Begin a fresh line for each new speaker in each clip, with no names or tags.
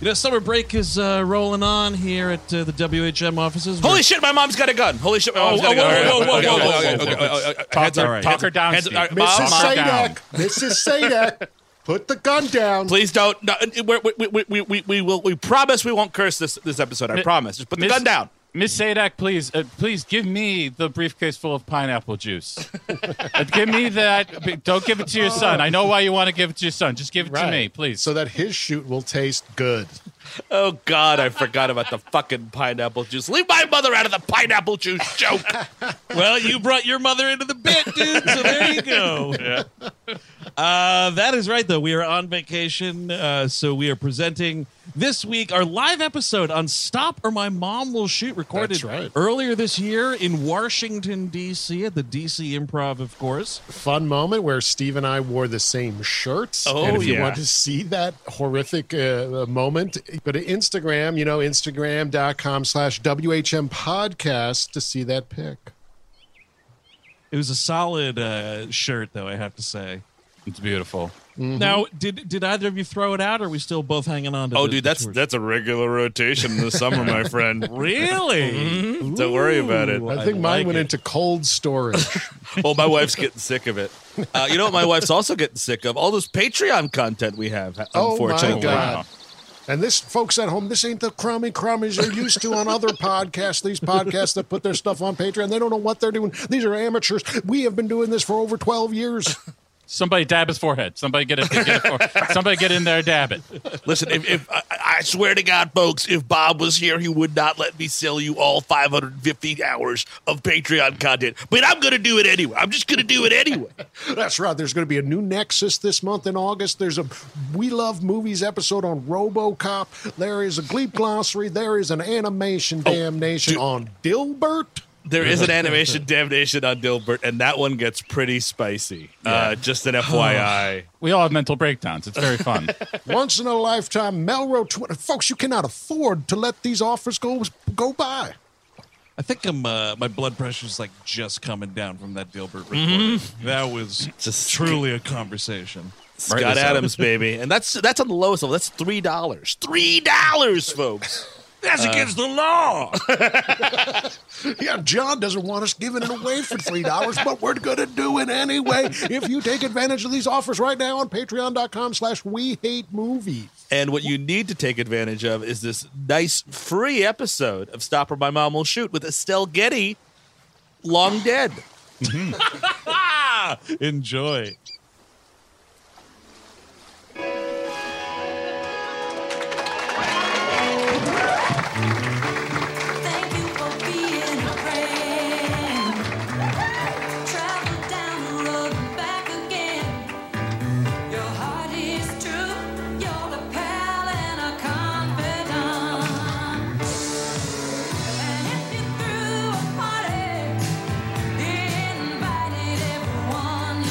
You know, summer break is uh, rolling on here at uh, the WHM offices.
Holy shit, my mom's got a gun. Holy shit, my
Oh,
mom's got a
whoa,
gun.
whoa, whoa, whoa, whoa, whoa, whoa.
Hands
all
up,
right.
hands
Talk her
up,
down,
hands up.
Steve.
All right,
Mom,
Mrs.
Mom,
Mom, down.
Sadak, Mrs. Sadak, put the gun down.
Please don't. No, we're, we, we, we, we, we will. We promise we won't curse this this episode. I
Mi-
promise. Just put the
Miss-
gun down.
Miss Sadak, please, uh, please give me the briefcase full of pineapple juice. Uh, give me that. b- Don't give it to your son. I know why you want to give it to your son. Just give it to
Right.
me, please.
So that his shoot will taste good.
Oh God, I forgot about the fucking pineapple juice. Leave my mother out of the pineapple juice joke.
Well, you brought your mother into the bit, dude. So there you go. Uh, that is right, though. We are on vacation, uh, so we are presenting this week our live episode on "Stop or My Mom Will Shoot," recorded
That's right.
earlier this year in Washington D.C. at the D.C. Improv, of course.
Fun moment where Steve and I wore the same shirts.
Oh,
and if you
yeah.
want to see that horrific uh, moment, go to Instagram, you know, Instagram.com slash WHM podcast to see that pic.
It was a solid uh, shirt, though. I have to say.
it's beautiful.
Mm-hmm.
Now, did did either of you throw it out, or are we still both hanging on to?
Oh,
the-
dude,
the
that's
tour?
that's a regular rotation this summer, my friend.
really.
Mm-hmm. Don't worry about it.
Ooh,
I think mine
like
went
it.
into cold storage.
Well, my wife's getting sick of it. Uh, you know what? My wife's also getting sick of all this Patreon content we have.
oh
Unfortunately,
my god. And this folks at home, this ain't the crummy crummies they're used to on other podcasts. These podcasts that put their stuff on Patreon, they don't know what they're doing. These are amateurs. We have been doing this for over twelve years.
Somebody dab his forehead. Somebody get it. Get it for, somebody get in there, dab it.
Listen, if, if I, I swear to God, folks, if Bob was here, he would not let me sell you all 550 hours of Patreon content. But I'm going to do it anyway. I'm just going to do it anyway.
That's right. There's going to be a new Nexus this month in August. There's a We Love Movies episode on RoboCop. There is a Gleep glossary. There is an animation damnation
dude.
on Dilbert.
There is an animation damnation on Dilbert, and that one gets pretty spicy. Uh, just an FYI.
We all have mental breakdowns. It's very fun.
Once in a lifetime, Melrose. Twitter. Folks, you cannot afford to let these offers go go by.
I think I'm, uh, my blood pressure's like just coming down from that Dilbert recording.
Mm-hmm.
That was
Just-
truly a conversation.
Scott
this up.
Adams, baby, and that's that's on the lowest level. That's three dollars. Three dollars, folks.
That's
Uh,
against the law.
Yeah, John doesn't want us giving it away for three dollars, but we're gonna do it anyway. If you take advantage of these offers right now on patreon.com slash we hate movies.
And what you need to take advantage of is this nice free episode of Stop or My Mom Will Shoot with Estelle Getty, long dead.
Enjoy.
Thank you for being a friend. Travel down the road and back again. Your heart is true. You're a pal and a confidant. And if you threw a party, you invited everyone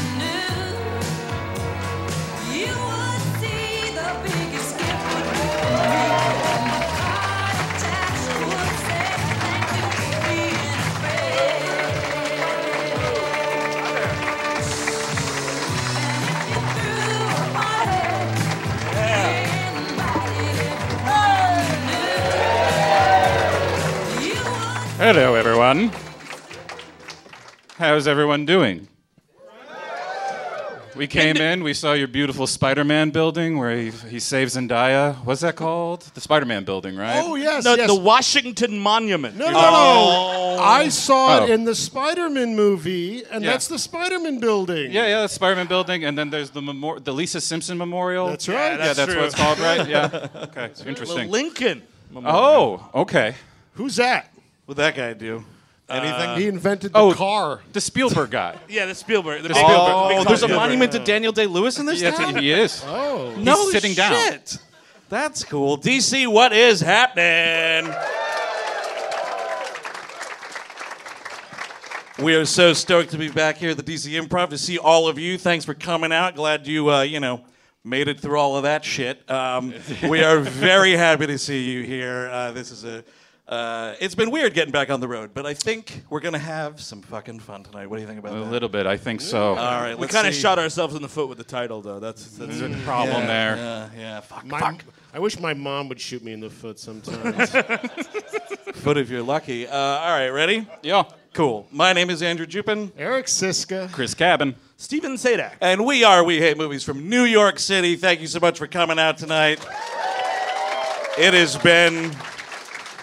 you knew. You would see the biggest gift would
Hello, everyone. How's everyone doing? We came in, we saw your beautiful Spider Man building where he, he saves Zendaya. What's that called? The Spider Man building, right?
Oh yes,
The,
yes.
the Washington Monument.
No, no, no, no. I saw it
Oh.
in the Spider-Man movie, and
Yeah.
that's the Spider-Man building.
Yeah, yeah, the Spider Man building. And then there's the, memor- the Lisa Simpson Memorial.
That's right.
yeah, that's
true.
what it's called, right? Yeah. Okay, interesting.
Lincoln.
Oh, okay.
Who's that? Uh,
What'd that guy do? Anything?
he invented the
oh.
car.
The Spielberg guy.
Yeah, that's Spielberg. The big
Spielberg.
Spielberg. Big
oh, there's a
Spielberg.
monument to Daniel Day Lewis in this
Yeah,
town.
it's- he is.
Oh,
no
He's sitting down.
shit. That's cool.
DC, what is happening?
We are so stoked to be back here at the DC Improv to see all of you. Thanks for coming out. Glad you, uh, you know, made it through all of that shit. Um, we are very happy to see you here. Uh, this is a, Uh, it's been weird getting back on the road, but I think we're gonna have some fucking fun tonight. What do you think about
A
that?
little bit, I think so.
All right,
We
let's
kind of
see.
shot ourselves in the foot with the title, though. That's, that's
There's a problem there.
Yeah, yeah. Fuck,
My,
fuck.
I wish my mom would shoot me in the foot sometimes.
But if you're lucky. Uh, all right, ready?
Yeah.
Cool. My name is Andrew Jupin,
Eric Siska.
Chris Cabin.
Steven Sadak.
Uh,
and we are We Hate Movies from New York City. Thank you so much for coming out tonight. It has been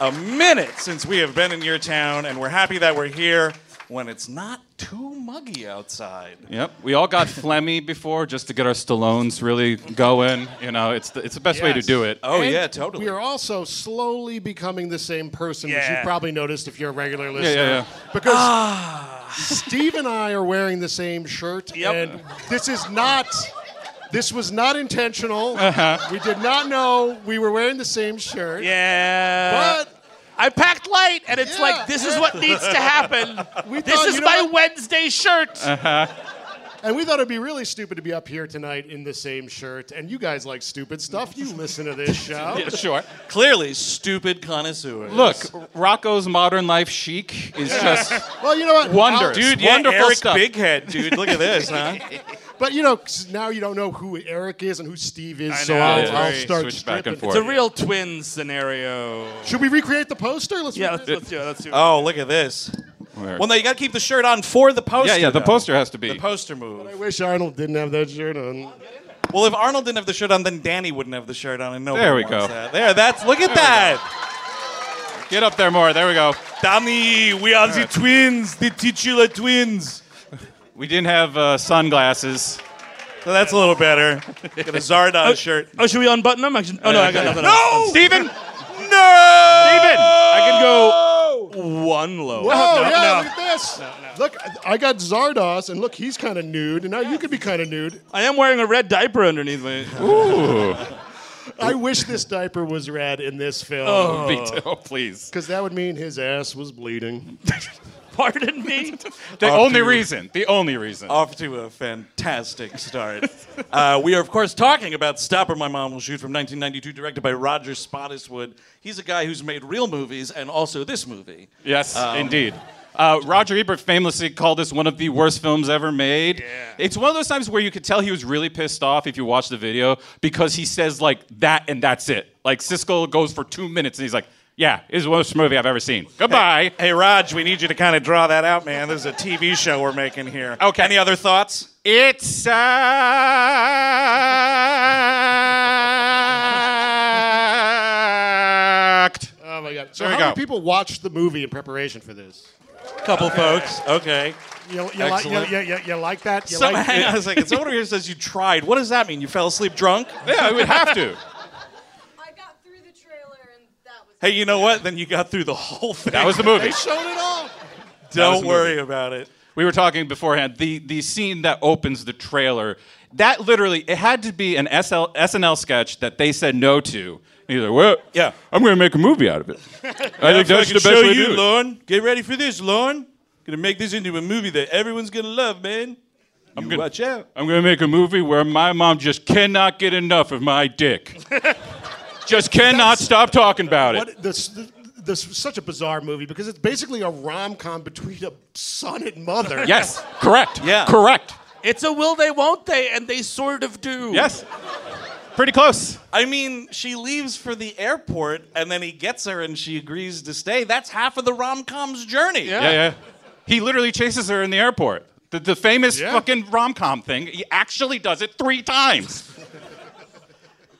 a minute since we have been in your town, and we're happy that we're here when it's not too muggy outside.
Yep. We all got phlegmy before just to get our Stallones really going. You know, it's the, it's the best way to
Yes.
do it.
Oh,
And
yeah, totally.
We are also slowly becoming the same person, which you
Yeah.
probably noticed if you're a regular
yeah,
listener. Because Steve and I are wearing the same shirt,
Ah. Yep.
and this is not. This was not intentional.
Uh-huh.
We did not know we were wearing the same shirt.
Yeah.
But
I packed light, and it's
Yeah.
like this is what needs to happen.
we
this
thought,
is
you know
my
what?
Wednesday shirt.
And we thought it'd be really stupid to be up here tonight in the same shirt. And you guys like stupid stuff. You listen to this show.
yeah. Sure.
Clearly, stupid connoisseurs.
Look, Rocco's modern life chic is just
Well, you know what?
wonder.
I'll-
Dude,
yeah,
wonderful
Eric
stuff.
Bighead, dude. Look at this, huh?
But you know, 'cause now you don't know who Eric is and who Steve is, so
know,
I'll,
it's
I'll
very
start
switch back and
stripping.
It's a
forth.
real twin scenario.
Should we recreate the poster? Let's
Yeah,
re-
let's, let's do it. Let's do it.
Uh,
Oh, look at this.
Where?
Well, no, you got to keep the shirt on for the poster.
yeah, yeah. The
though.
poster has to be.
The poster
I
move.
wish Arnold didn't have that shirt on.
Well, if Arnold didn't have the shirt on, then Danny wouldn't have the shirt on, and no
There
one
we
wants
go.
that. There, that's. Look at
we go.
that,
Get up there more. There we go.
Danny. We are the twins, the titular twins.
We didn't have uh, sunglasses.
So that's a little better. Got a Zardoz shirt.
Oh, should we unbutton them? I can- Oh no, I got nothing.
No,
Steven! No! Steven!
I
I
can go one low.
Oh
no,
yeah,
no.
look at this. Look, I got Zardoz, and look, he's kind of nude, and now you could be kind of nude.
I am wearing a red diaper underneath my.
I wish this diaper was red in this
Oh.
film,
Oh.
can go. Me too, please.
because that would mean his ass was bleeding.
Pardon me.
Oh,
The only reason. The only reason.
off to a fantastic start. uh, we are, of course, talking about Stop or My Mom Will Shoot from 1992, directed by Roger Spottiswoode. He's a guy who's made real movies and also this movie.
Yes,
Oh.
indeed. Uh, Roger Ebert famously called this one of the worst films ever made. It's one of those times where you could tell he was really pissed off if you watch the video because he says like that and that's it. Like Siskel goes for two minutes and he's like, "Yeah, it is the worst movie I've ever seen. Goodbye."
Hey, Raj, we need you to kind of draw that out, man. This is a TV show we're making here.
Okay.
Any other thoughts?
It's
uh,
sucked.
Oh my god! So
There we
how
go.
many people watched the movie in preparation for this?
couple folks. Okay.
You, you, like, you,
Excellent.
you, you, you like that? You
So,
like
hang on a second. Someone over here says you tried. What does that mean? You fell asleep drunk?
Yeah, we would have to.
I got through the trailer and that was
Hey, you know what? Then you got through the whole thing.
That was the movie.
showed it all.
was
Don't
the
worry about it.
we were talking beforehand the the scene that opens the trailer that literally it had to be an SL, SNL sketch that they said no to. And he's like, "Well,
Yeah.
I'm going to make a movie out of it. I think that's the
Fucking
best
show
way to
you,
do it."
Lorne. Get ready for this, Lorne. Gonna make this into a movie that everyone's gonna love, man. I'm
gonna-
watch out.
I'm going to make a movie where my mom just cannot get enough of my dick. just cannot stop talking about it.
What this? This was such a bizarre movie because it's basically a rom com between a son and mother.
Yes, correct.
Yeah.
correct.
It's a will they, won't they, and they sort of do.
Yes, pretty close.
I mean, she leaves for the airport, and then he gets her, and she agrees to stay. That's half of the rom com's journey.
Yeah, yeah. He literally chases her in the airport. The, the famous
Yeah.
fucking rom com thing. He actually does it three times.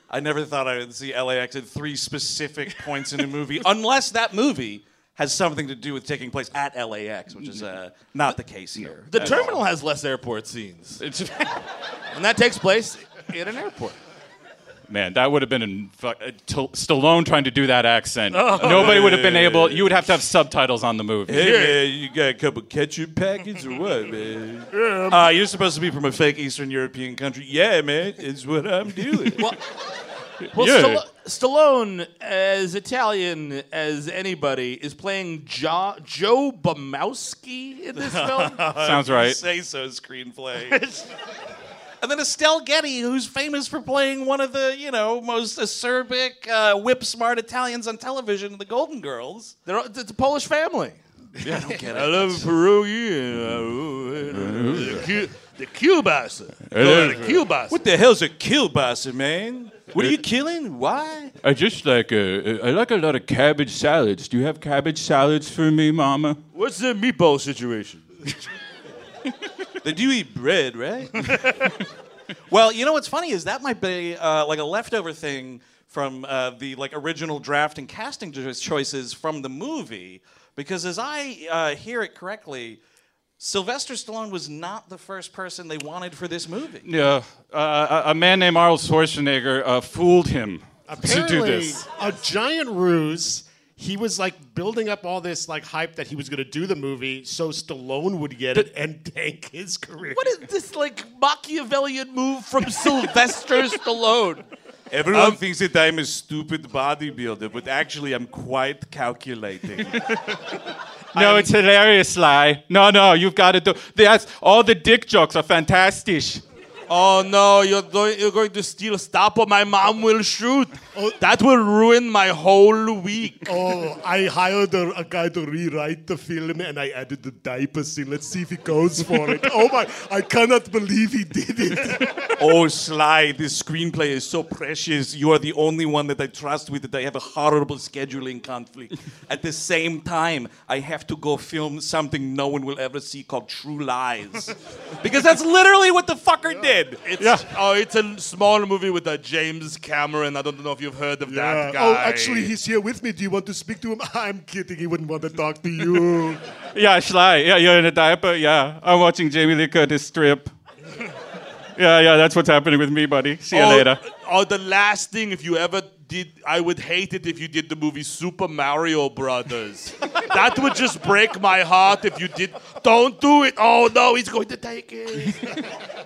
I never thought I would see LAX at three specific points in a movie, unless that movie has something to do with taking place at LAX, which is uh, not the case here. Uh,
The terminal has less airport scenes,
It's-
and that takes place in an airport.
Man, that would have been in, fu- uh, T- Stallone trying to do that accent. Nobody would have been able. You would have to have subtitles on the movie.
man, you got a couple ketchup packets or what, man? Uh, you're supposed to be from a fake Eastern European country. Yeah, man, it's what I'm doing.
Well,
Yeah.
Stallone, as Italian as anybody, is playing jo- Joe Bumowski in this film.
Sounds right.
Say so screenplay. And then Estelle Getty, who's famous for playing one of the, you know, most acerbic, uh, whip smart Italians on television, the Golden Girls.
They're, all- it's a Polish family.
Yeah, I don't get
I love pierogi. uh, The, the kielbasa. Call it a kielbasa.
What the hell's a kielbasa, man? What are you killing? Why?
I just like a, I like a lot of cabbage salads. Do you have cabbage salads for me, Mama?
What's the meatball situation?
They do eat bread, right? well, you know what's funny is that might be uh, like a leftover thing from uh, the like original draft and casting cho- choices from the movie, because as I uh, hear it correctly, Sylvester Stallone was not the first person they wanted for this movie.
Yeah, uh, a a man named Arnold Schwarzenegger uh, fooled him
Apparently,
to do this.
a giant ruse. He was like building up all this like hype that he was going to do the movie, so Stallone would get it and tank his career.
What is this like Machiavellian move from Sylvester Stallone?
Everyone thinks that I'm a stupid bodybuilder, but actually I'm quite calculating.
No, it's hilarious, Sly. No, no, you've got to do. That's all the dick jokes are fantastic.
Oh no, you're, doing, you're going to steal stop or my mom will shoot. That will ruin my whole week.
Oh, I hired a, a guy to rewrite the film and I added the diaper scene. Let's see if he goes for it. Oh my, I cannot believe he did it.
oh, Sly, this screenplay is so precious. You are the only one that I trust with that I have a horrible scheduling conflict. At the same time, I have to go film something no one will ever see called True Lies. because that's literally what the fucker did.
It's, Oh, it's a small movie with a James Cameron. I don't know if you've heard of that guy.
Oh, actually, he's here with me. Do you want to speak to him? I'm kidding. He wouldn't want to talk to you.
Yeah, Sly. Yeah, you're in a diaper. Yeah, I'm watching Jamie Lee Curtis strip. Yeah, yeah, that's what's happening with me, buddy. See you
or,
later.
or the last thing, if you ever did, I would hate it if you did the movie Super Mario Brothers. that would just break my heart if you did. Don't do it. Oh no, he's going to take it.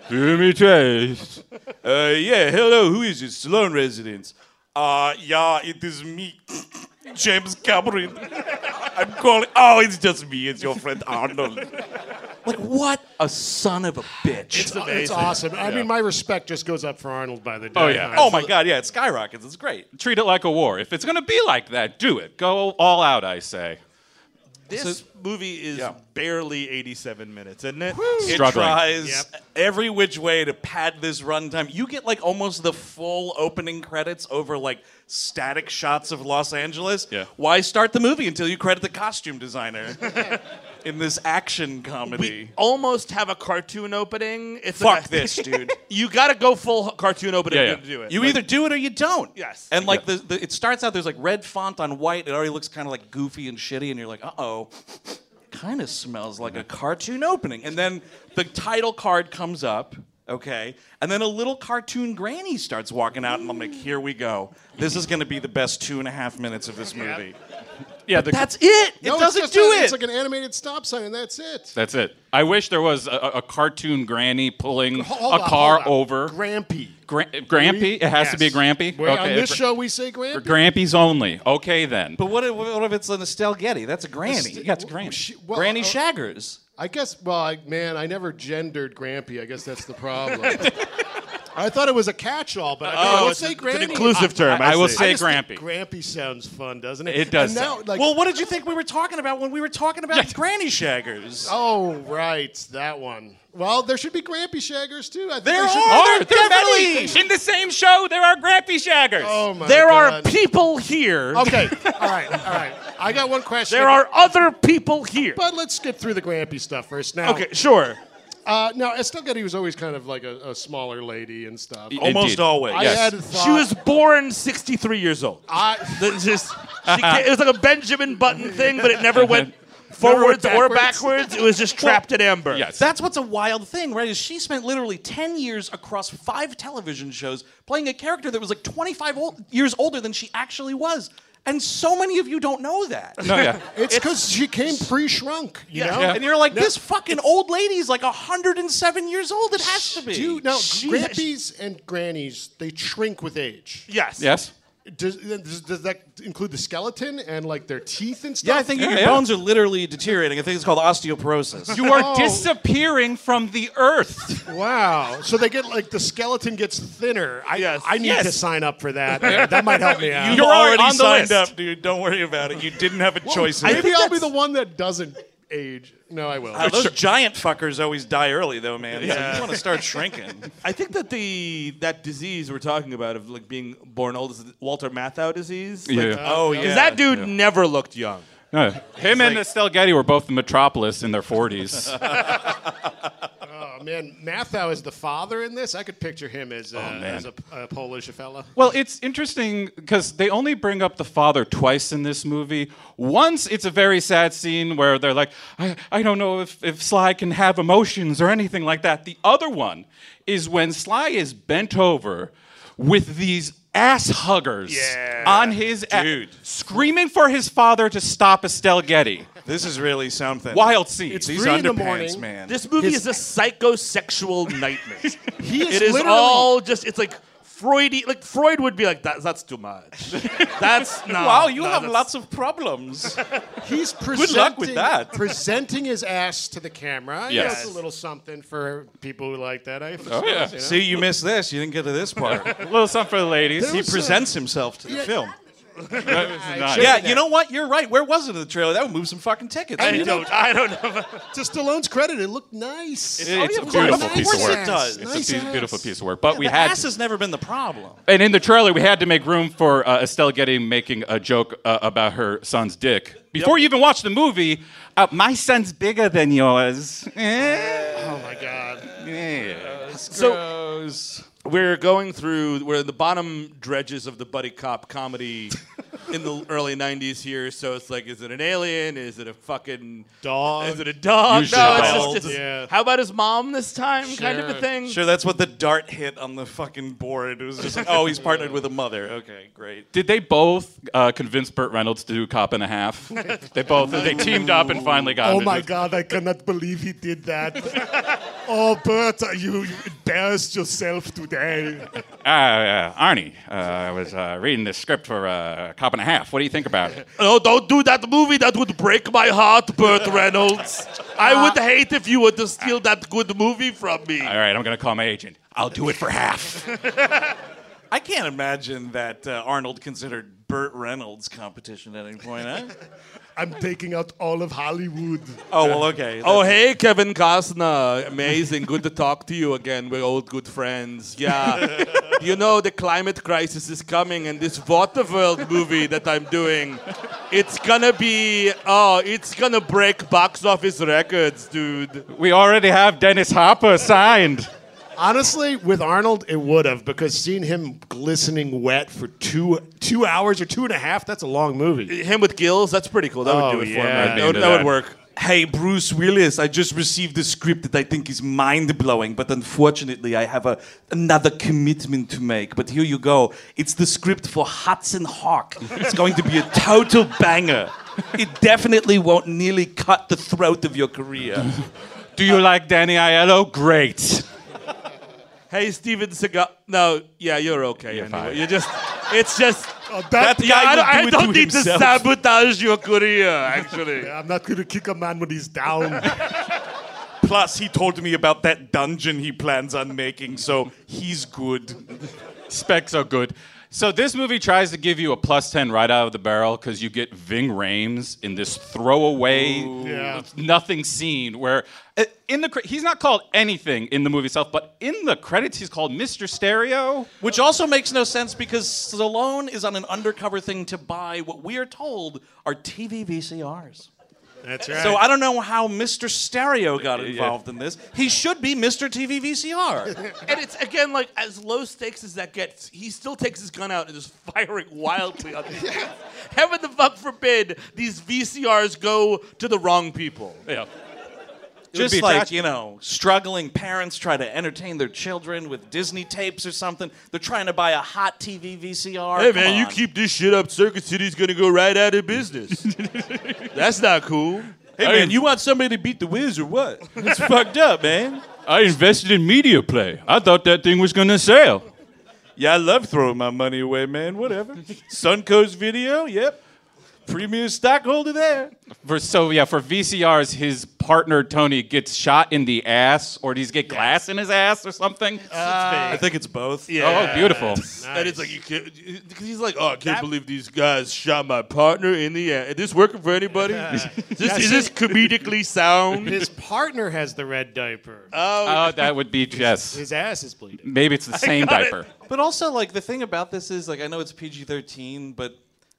Do me taste.
Uh, yeah, hello, who is it? Sloan residence. Uh, yeah, it is me, James Cameron. I'm calling. Oh, it's just me. It's your friend Arnold. like, what a son of a bitch.
It's, awesome. I mean, my respect just goes up for Arnold by the day.
Oh, yeah.
oh, my God. Yeah, it skyrockets. It's great.
Treat it like a war. If it's gonna be like that, do it. Go all out, I say.
This movie is barely 87 minutes, isn't it?
It
Struggling.
tries every which way to pad this runtime. You get like almost the full opening credits over like static shots of Los Angeles.
Yeah.
Why start the movie until you credit the costume designer in this action comedy?
We almost have a cartoon opening. It's
Fuck
a-
this, dude.
You gotta go full cartoon opening
Yeah, yeah.
to do it.
You
Like,
either do it or you don't.
Yes.
And like the, the it starts out there's like red font on white. It already looks kind of like goofy and shitty, and you're like, uh oh, kind of smells like a cartoon opening. And then the title card comes up. Okay, and then a little cartoon granny starts walking out, and I'm like, "Here we go! This is going to be the best two and a half minutes of this movie."
Yeah, the,
That's it. It
No, it's
doesn't
just
do
a-
it.
It's like an animated stop sign, and that's it.
that's it. I wish there was a, a a cartoon granny pulling
Hold
a
on,
car
hold on.
over.
Grampy.
Gra- Grampy? It has to be
Yes.
Grampy.
Where on this
Gr-
show we say Grampy.
Grampy's only. Okay then.
but what if, what if it's an Estelle Getty? That's a granny.
Est-
Yeah, it's a
w-
granny.
she- well,
granny
uh,
Shaggers.
I guess. Well, I, man, I never gendered Grampy. I guess that's the problem. I thought it was a catch-all, but I
Oh,
mean,
Oh,
I would say
It's an
Granny.
inclusive term.
I, I will
see.
say
Just think
Grampy.
Grampy sounds fun, doesn't it?
It does
And now,
sound-
like,
well, what did you think we were talking about when we were talking about Granny Shaggers?
oh right,
that one. Well, there should be Grampy Shaggers too. I think
There
they should-
are.
Are,
They're
there
definitely-
many. In the same show, there are Grampy Shaggers.
Oh my
there are
God.
people here.
Okay. All right. All right. I got one question.
There are other people here.
But let's skip through the Grampy stuff first. Now,
okay, sure.
Uh, now Estelle Getty was always kind of like a, a smaller lady and stuff.
Almost
Indeed.
always.
I
yes.
had thought,
She was born 63 years old.
I,
That's just- she ca- it was like a Benjamin Button thing, but it never went forwards or backwards. It was just trapped in amber.
Yes.
That's what's a wild thing, right? Is she spent literally 10 years across five television shows playing a character that was like 25 old, years older than she actually was. And so many of you don't know that.
No, yeah.
it's because she came pre-shrunk. You know.
And you're like, this fucking old lady's like 107 years old. It has to be.
Do you, now,
She-
grampies and grannies, they shrink with age.
Yes.
yes.
does, does does that include the skeleton and like their teeth and stuff?
Yeah, I think your
Yeah, yeah.
bones are literally deteriorating. I think it's called osteoporosis.
You are
Oh.
disappearing from the earth.
Wow. So they get like the skeleton gets thinner. I
Yes.
I need
Yes.
to sign up for that. that might help me out.
You've
You're already
already
on the
signed
list.
up, dude. Don't worry about it. You didn't have a choice. in it.
Maybe I'll be the one that doesn't age. No, I will.
Uh, those giant fuckers always die early, though, man. It's like, you want to start shrinking.
I think that the that disease we're talking about of like being born old is Walter Matthau disease. Like,
oh yeah,
Because that dude never looked young.
No. Him and Estelle Getty were both in Metropolis in their 40s.
Oh man, Mathau is the father in this. I could picture him as,
Oh,
uh,
man.
as a, a Polish fella.
well, it's interesting because they only bring up the father twice in this movie. Once, it's a very sad scene where they're like, I, I don't know if, if Sly can have emotions or anything like that. The other one is when Sly is bent over with these ass huggers on his ass,
Dude.
screaming for his father to stop Estelle Getty.
this is really something.
Wild scene.
It's
These
Three in the
underpants,
morning.
man.
This movie is a psychosexual nightmare.
He
it is
literally-
all just it's like Freudy like Freud would be like that that's too much. That's no.
wow, you
no,
have
that's-
lots of problems.
He's presenting,
Good luck with that.
presenting his ass to the camera. You know,
Yes.
it's a little something for people who like that. I
Oh, yeah.
suppose, you know?
See, you missed this. You didn't get to this part.
a little something for the ladies.
he presents himself to the film.
Nice.
Yeah, you know what? You're right. Where was it in the trailer? That would move some fucking tickets.
I don't I don't know.
To Stallone's credit, it looked nice.
It- it's
Oh,
a
yeah,
beautiful
nice
piece of work.
ass,
It does. It's
It's
nice
a piece-
ass.
beautiful piece of work. But we
the
had,
ass has never been the problem.
and in the trailer, we had to make room for uh, Estelle Getty making a joke uh, about her son's dick. Before you even watch the movie, uh, my son's bigger than yours. Eh?
Oh my god.
Yeah.
So we're going through we're in the bottom dredges of the buddy cop comedy in the early 90s here so it's like is it an alien is it a fucking
Dog.
is it a dog
Usually
no it's
dog.
just, just
Yeah.
how about his mom this time kind of a thing
Sure, that's what the dart hit on the fucking board. It was just like, oh, he's partnered with a mother. Okay, great.
Did they both uh, convince Burt Reynolds to do Cop and a Half? they both they teamed up and finally got. him
Oh
to
my
do-
God, I cannot believe he did that. oh, Bert, you, you embarrassed yourself today.
Uh, uh, Arnie, uh, I was uh, reading this script for uh, Cop and a Half. What do you think about it?
no Oh, don't do that movie that would break my heart burt reynolds i would hate if you were to steal that good movie from me
All right, I'm gonna call my agent. I'll do it for half.
I can't imagine that uh, Arnold considered Burt Reynolds competition at any point, huh?
I'm taking out all of Hollywood.
oh, well, okay.
Oh,
That's-
hey, Kevin Costner. Amazing. Good to talk to you again. We're old good friends. Yeah. you know, the climate crisis is coming, and this Waterworld movie that I'm doing, it's gonna be, oh, it's gonna break box office records, dude.
We already have Dennis Hopper signed.
Honestly, with Arnold, it would have because seeing him glistening wet for two two hours or two and a half, that's a long movie.
Him with gills, that's pretty cool. That would
Oh,
do it for me.
yeah.
That,
I'd be
would,
into
that would
that.
work.
Hey, Bruce Willis, I just received a script that I think is mind blowing, but unfortunately, I have a, another commitment to make. But here you go. It's the script for Hudson Hawk. It's going to be a total banger. It definitely won't nearly cut the throat of your career.
Do you like Danny Aiello? Great.
Hey, Steven Seagal. No, yeah, you're okay. You're, anyway.
fine.
you're just, it's just,
Uh,
Oh, that,
That-
yeah,
guy
I don't,
will do
I
it
don't
to
need to
himself.
sabotage your career, actually.
I'm not going to kick a man when he's down.
Plus, he told me about that dungeon he plans on making, so he's good.
Specs are good. So this movie tries to give you a plus ten right out of the barrel because you get Ving Rhames in this throwaway,
Yeah.
nothing scene where uh, in the cre- he's not called anything in the movie itself, but in the credits he's called Mr. Stereo.
Which also makes no sense because Stallone is on an undercover thing to buy what we are told are TV VCRs.
That's right.
So I don't know how Mr. Stereo got involved in this. He should be Mr. TV VCR.
And it's again like as low stakes as that gets, he still takes his gun out and is firing wildly on these. kids. Heaven the fuck forbid these VCRs go to the wrong people.
Yeah.
Just
be
like,
tragic.
you know, struggling parents try to entertain their children with Disney tapes or something. They're trying to buy a hot TV VCR.
Hey
Come
man, you
on.
keep this shit up, Circuit City's gonna go right out of business. That's not cool. Hey
I am-
man, you want somebody to beat the Wiz or what? It's fucked up, man.
I invested in Media Play. I thought that thing was gonna sell.
Yeah, I love throwing my money away, man. Whatever. Suncoast Video, yep. Premier stockholder there.
For, so yeah, for VCRs, his partner Tony gets shot in the ass, or does he get glass in his ass or something?
I think it's both.
Oh, beautiful.
And it's like you can't because he's like, oh, I can't believe these guys shot my partner in the ass. Is this working for anybody? is this, is this comedically sound?
His partner has the red diaper.
Oh, that would be yes.
His ass is bleeding.
Maybe it's the same diaper.
But also, like the thing about this is, like, I know it's PG-13, but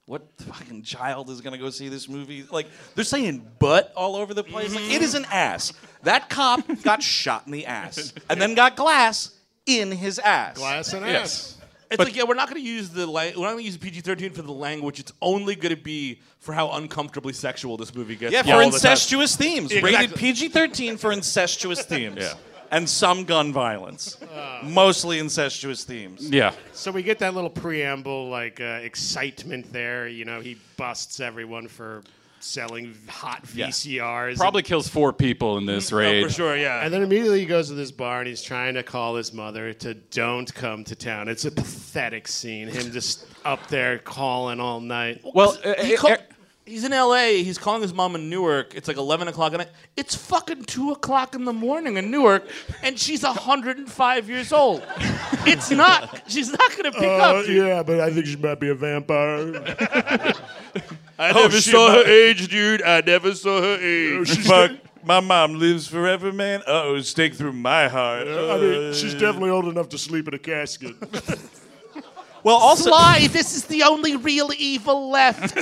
what fucking child is gonna go see this movie? Like, they're saying "butt" all over the place. Like, it is an ass. That cop got shot in the ass, and then got glass in his ass.
Glass and
Yes.
It's like, yeah, we're not going to use the la- we're not going to use PG-13 for the language. It's only going to be for how uncomfortably sexual this movie gets.
Yeah,
all
for
the time.
incestuous themes. Rated
Exactly.
PG-13 for incestuous themes. And some gun violence. Mostly incestuous themes.
Yeah.
So we get that little preamble, like uh, excitement there. You know, he busts everyone for selling hot VCRs.
Probably kills four people in this
Oh,
raid.
for sure, yeah.
And then immediately he goes to this bar and he's trying to call his mother to don't come to town. It's a pathetic scene. Him just up there calling all night.
Well, uh,
He
uh,
call-
uh,
he's in L.A. He's calling his mom in Newark. It's like 11 o'clock at night. It's fucking 2 o'clock in the morning in Newark, and she's 105 years old. It's not. She's not going to pick
Uh,
up. Dude.
yeah, but I think she might be a vampire. Oh,
I never saw her age, dude. I never saw her age.
Fuck. My mom lives forever, man. Uh oh, stake through my heart.
I
Uh,
mean, she's definitely old enough to sleep in a casket.
Well, also,
Why? This is the only real evil left.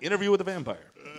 Interview with a vampire.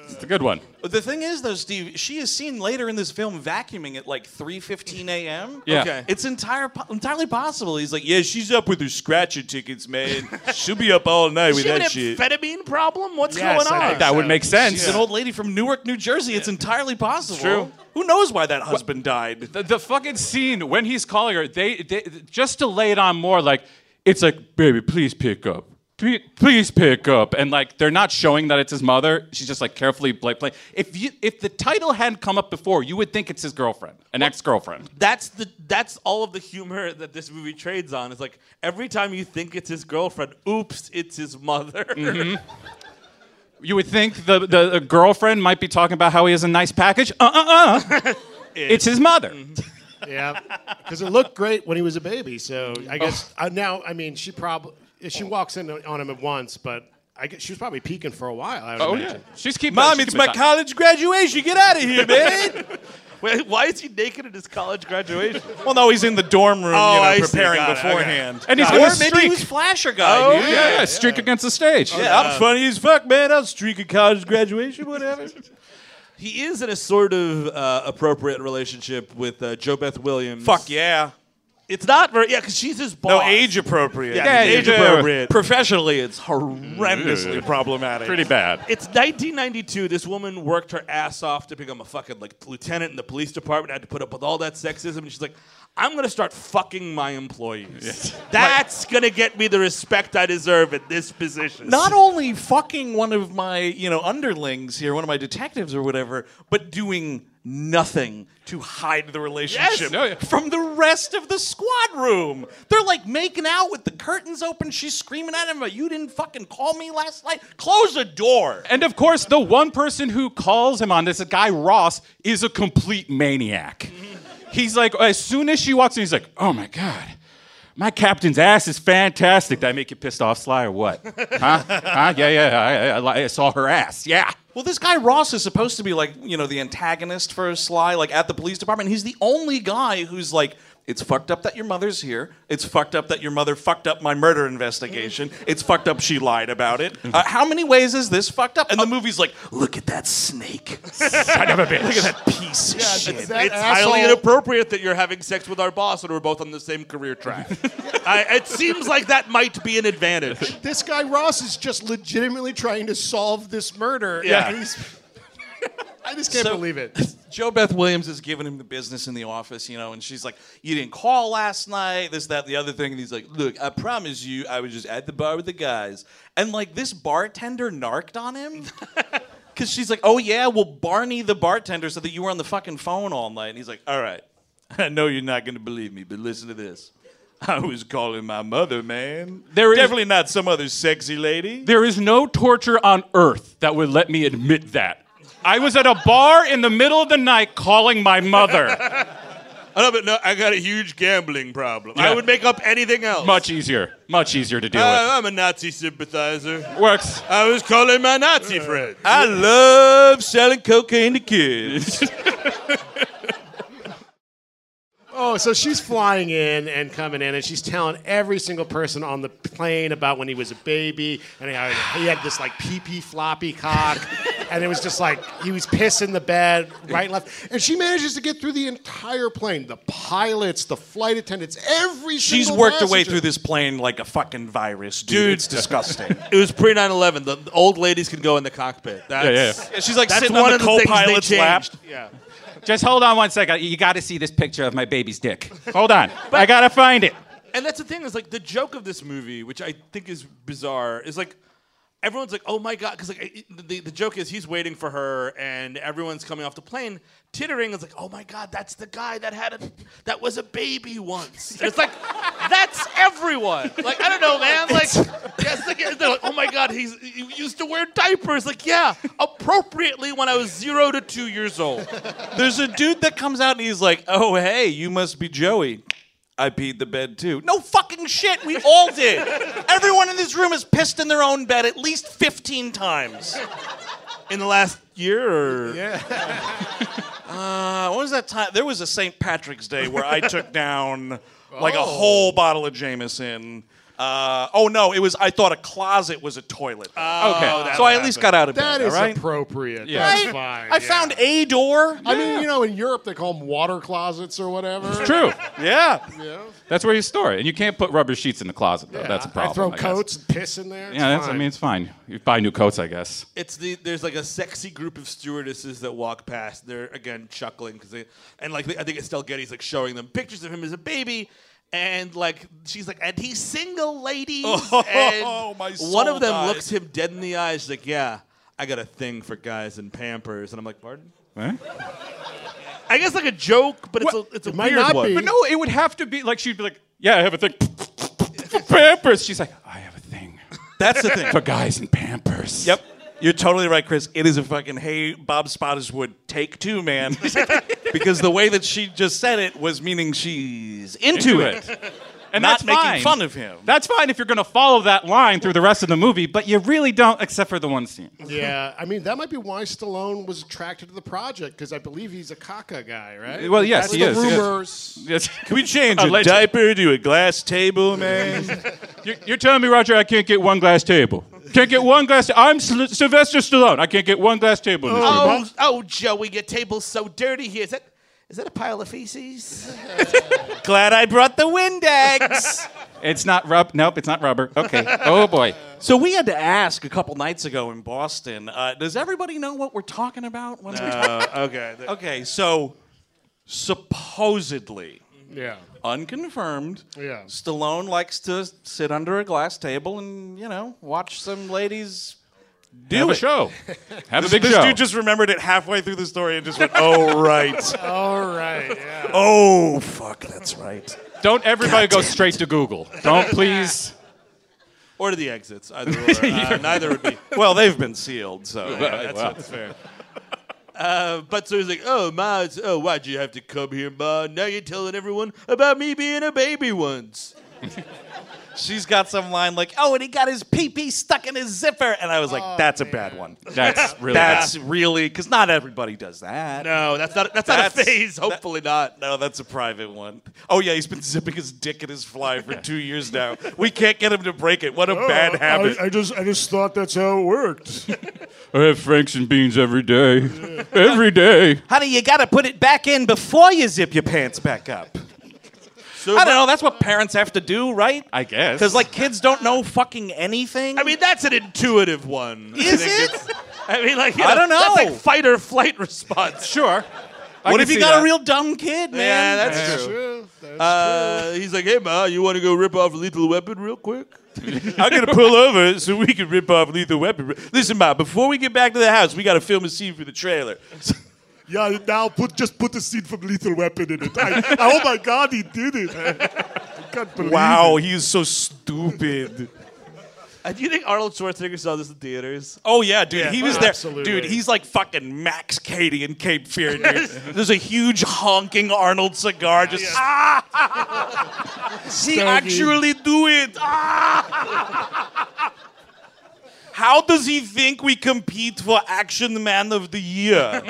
it's a good one.
the thing is, though, Steve, she is seen later in this film vacuuming at like 3.15 a.m.
Yeah.
Okay.
It's entire, po- entirely possible. He's like,
Yeah, she's up with her scratcher tickets, man. She'll be up all night
Is
with
she have
that
an
shit.
amphetamine problem? What's
Yes,
going
I
on?
think
That would make sense.
She's an old lady from Newark, New Jersey. It's entirely possible.
true.
Who knows why that husband died?
The, the fucking scene when he's calling her, they, they just to lay it on more, like it's like, baby, please pick up, Pe- please pick up, and like they're not showing that it's his mother. She's just like carefully like playing. If you if the title hadn't come up before, you would think it's his girlfriend, an ex girlfriend.
That's the that's all of the humor that this movie trades on. It's like every time you think it's his girlfriend, oops, it's his mother.
Mm-hmm.
You would think the, the, the girlfriend might be talking about how he has a nice package. Uh uh uh. It's his mother.
Yeah, because it looked great when he was a baby. So
Oh.
I guess uh, now, I mean, she probably she walks in on him at once, but I guess she was probably peeking for a while. I would
Oh,
imagine.
Oh, She's keeping.
Mom,
she's
it's
keeping
my
time.
college graduation. Get out of here, man.
Wait, why is he naked at his college graduation?
well, no, he's in the dorm room,
Oh,
you know,
I see.
preparing
Got it, okay.
beforehand.
And he's
Or
gonna
maybe he
streak.
was flasher guy. dude.
yeah, streak against the stage.
Yeah, I'm funny as fuck, man. I'll streak a college graduation, whatever.
He is in a sort of uh, appropriate relationship with uh, Jo Beth Williams.
fuck yeah.
It's not very yeah, because she's his
No,
boss.
age appropriate.
Yeah,
yeah,
age
yeah.
appropriate.
Professionally, it's horrendously problematic.
Pretty bad.
It's 1992. This woman worked her ass off to become a fucking like lieutenant in the police department. Had to put up with all that sexism, and she's like, "I'm gonna start fucking my employees. That's gonna get me the respect I deserve in this position."
Not only fucking one of my, you know, underlings here, one of my detectives or whatever, but doing nothing to hide the relationship
Yes.
No, yeah.
from the rest of the squad room. They're like making out with the curtains open. She's screaming at him, "You didn't fucking call me last night. Close the door."
And of course, the one person who calls him on this, a guy Ross, is a complete maniac. He's like, as soon as she walks in, he's like, oh my God, my captain's ass is fantastic. Did I make you pissed off, Sly, or what? huh? huh? Yeah, yeah, I, I, I- I saw her ass. Yeah.
Well, this guy Ross is supposed to be like, you know, the antagonist for Sly, like at the police department. He's the only guy who's like, it's fucked up that your mother's here. It's fucked up that your mother fucked up my murder investigation. It's fucked up she lied about it. Uh, how many ways is this fucked up? And the movie's like, look at that snake.
Son of a bitch.
Look at that piece of shit.
it's
that
highly
asshole-
inappropriate that you're having sex with our boss and we're both on the same career track. I, it seems like that might be an advantage.
This guy Ross is just legitimately trying to solve this murder.
Yeah.
and he's- I just can't
So-
believe it.
Joe Beth Williams is giving him the business in the office, you know, and she's like, You didn't call last night, this, that, the other thing. And he's like, Look, I promise you, I was just at the bar with the guys. And like, this bartender narked on him. Because she's like, Oh, yeah, well, Barney the bartender said that you were on the fucking phone all night. And he's like, All right,
I know you're not going to believe me, but listen to this. I was calling my mother, man.
There is-
Definitely not some other sexy lady.
There is no torture on earth that would let me admit that. I was at a bar in the middle of the night calling my mother.
I know, but no, I got a huge gambling problem.
Yeah.
I would make up anything else.
Much easier. Much easier to deal with.
I, I'm a Nazi sympathizer.
Works.
I was calling my Nazi friend.
I love selling cocaine to kids.
Oh, so she's flying in and coming in, and she's telling every single person on the plane about when he was a baby, and how he had this like pee pee floppy cock, and it was just like he was pissing the bed right and left. And she manages to get through the entire plane the pilots, the flight attendants, every
She's
single
worked her way
passenger.
through this plane like a fucking virus, dude.
Dude.
It's disgusting.
It was pre 9 11. The the old ladies could go in the cockpit. That's,
yeah.
Yeah, she's like
that's
sitting
one
on the
of the
co-pilot's lap.
things they changed.
Just hold on one second. You got to see this picture of my baby's dick. Hold on. I got to find it.
And that's the thing is like the joke of this movie, which I think is bizarre, is like everyone's like, "Oh my god," because like it- it- the, the joke is he's waiting for her, and everyone's coming off the plane tittering. It's like, "Oh my god, that's the guy that had a that was a baby once." And it's like that's everyone. Like I don't know, man. Like that's the guy- they're like, "Oh my god, he's he used to wear diapers." Like yeah, appropriately when I was zero to two years old.
There's a dude that comes out and he's like, "Oh hey, you must be Joey." I peed the bed too. No fucking shit. We all did. Everyone in this room has pissed in their own bed at least 15 times.
In the last year, or
Uh, what was that time? There was a St. Patrick's Day where I took down like a
Oh.
whole bottle of Jameson. Uh, oh no, it was. I thought a closet was a toilet.
Oh,
Okay.
so I at least got out of
That
bed.
is
all right?
appropriate.
Yeah.
That's
I-
fine.
I
yeah.
found a door.
I mean, you know, in Europe they call them water closets or whatever.
True.
Yeah.
That's where you store it. And you can't put rubber sheets in the closet, though.
Yeah,
That's a
I-
problem.
I throw
guess.
coats and piss in there. It's
Yeah, that's, I
fine.
mean, it's fine. You buy new coats, I guess.
it's the there's like a sexy group of stewardesses that walk past. They're again chuckling because they and like I think Estelle Getty's like showing them pictures of him as a baby, and like she's like, and he's single, ladies.
Oh,
and
my
one
soul
of them
died.
looks him dead in the eyes, like, yeah, I got a thing for guys in Pampers, and I'm like, pardon.
Right?
I guess like a joke, but it's
What?
a it's a
might
weird
not
one.
be.
But no, it would have to be like she'd be like, "Yeah, I have a thing for Pampers." She's like, "I have a thing
That's the thing.
for guys in Pampers."
Yep. You're totally right, Chris. It is a fucking hey Bob Spottiswood take two, man. because the way that she just said it was meaning she's into,
into
it.
it. And
Not
that's
making
fine.
fun of him.
That's fine if you're going to follow that line through the rest of the movie, but you really don't, except for the one scene.
Yeah, I mean that might be why Stallone was attracted to the project because I believe he's a caca guy, right?
Well, yes,
That's
he
the
is, yes.
Rumors.
Yes.
Can we change
Oh,
a
Alleged-
diaper to a glass table, man?
You're, you're telling me, Roger, I can't get one glass table. Can't get one glass. I'm Sly- Sylvester Stallone. I can't get one glass table. in this movie.
Oh, oh, Joey, your table's so dirty here. Is that is that a pile of feces?
Glad I brought the Windex.
It's not rub. Nope, it's not rubber. Okay. Oh boy.
so we had to ask a couple nights ago in Boston. Uh, does everybody know what we're talking about? When we talk-
okay.
Uh, okay, so supposedly,
Yeah.
unconfirmed,
Yeah.
Stallone likes to sit under a glass table and you know watch some ladies do
Have
it.
a show. Have a big
This
show.
dude just remembered it halfway through the story and just went, "Oh right,
All right. Yeah.
oh fuck, that's right."
Don't everybody go straight to Google. Don't please.
Or to the exits, either or. Uh, neither would be.
Well, they've been sealed, so
that's, that's fair. Uh, but so he's like, "Oh ma, it's, oh why'd you have to come here, ma? Now you're telling everyone about me being a baby once."
she's got some line like, "Oh, and he got his pee pee stuck in his zipper," and I was like,
Oh,
"That's a bad one.
That's really
that's really because not everybody does that."
No, that's not that's, not
That's-
a phase. Hopefully not.
No, that's a private one. Oh yeah, he's been zipping his dick in his fly for two years now. We can't get him to break it. What a
Oh, Uh,
bad habit.
I, I just I just thought that's how it worked.
I have Franks and beans every day. every day.
Honey, you gotta put it back in before you zip your pants back up.
So
I don't know. That's what parents have to do, right?
I guess.
Because like kids don't know fucking anything.
I mean, that's an intuitive one. I
Is
think
it?
it's- I mean, like you
I don't
That's
know.
like fight or flight response.
sure.
what if you got a real dumb kid, man?
yeah, that's
That's true.
true.
That's
Uh, he's like, "Hey ma, you want to go rip off Lethal Weapon real quick?"
I'm gonna pull over so we can rip off Lethal Weapon. Listen, Ma, before we get back to the house, we gotta film a scene for the trailer.
yeah, now put just put the scene from Lethal Weapon in it. I, oh my God, he did it.
can't believe
Wow,
it.
he is so stupid.
Uh, Do you think Arnold Schwarzenegger saw this in theaters?
Oh yeah, dude,
Yeah,
he was there.
absolutely.
Dude, he's like fucking Max Katie in Cape Fear. Dude. There's a huge honking Arnold cigar. Just he actually do it. How does he think we compete for Action Man of the Year?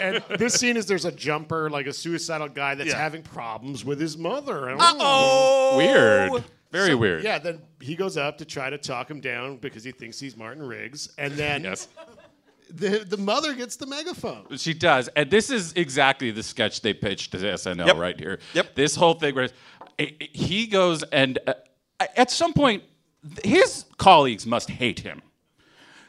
and this scene is there's a jumper, like a suicidal guy that's
Yeah.
having problems with his mother.
Uh-oh. Weird. Very weird.
Yeah, then he goes up to try to talk him down because he thinks he's Martin Riggs, and then the the mother gets the megaphone.
She does. And this is exactly the sketch they pitched to SNL
Yep.
right here. Yep. This whole thing where eh, eh, he goes and uh, at some point, th- his colleagues must hate him.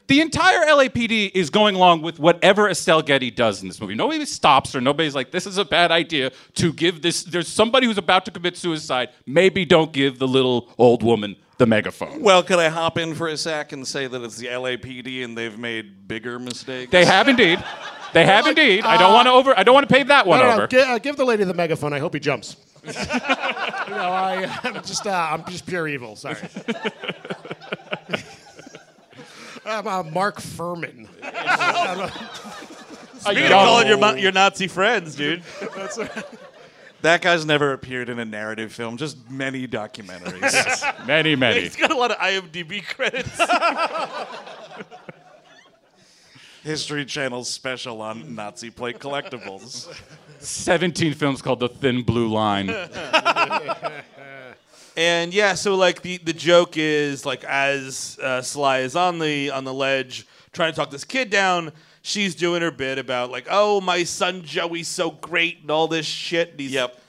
The entire LAPD is going along with whatever Estelle Getty does in this movie. Nobody stops her. Nobody's like, this is a bad idea to give this. There's somebody who's about to commit suicide. Maybe don't give the little old woman the megaphone.
Well, could I hop in for a sec and say that it's the LAPD and they've made bigger mistakes?
They have indeed. They have
Like,
indeed. I don't
uh,
want to over. I don't want to pave that one
"Ah." no, no, no,
over.
gi- uh, give the lady the megaphone. I hope he jumps. no, I, I'm just uh, I'm just pure evil. Sorry. I'm uh, Mark Furman.
Speaking
Oh.
of calling your, mo- your Nazi friends, dude.
That's right.
That guy's never appeared in a narrative film, just many documentaries.
Yes.
Many,
He's got a lot of IMDb credits.
History Channel special on Nazi plate collectibles.
17 films called The Thin Blue Line.
and yeah, so like the, the joke is like as uh, Sly is on the on the ledge trying to talk this kid down, she's doing her bit about like, oh my son Joey's so great and all this shit. And he's, yep.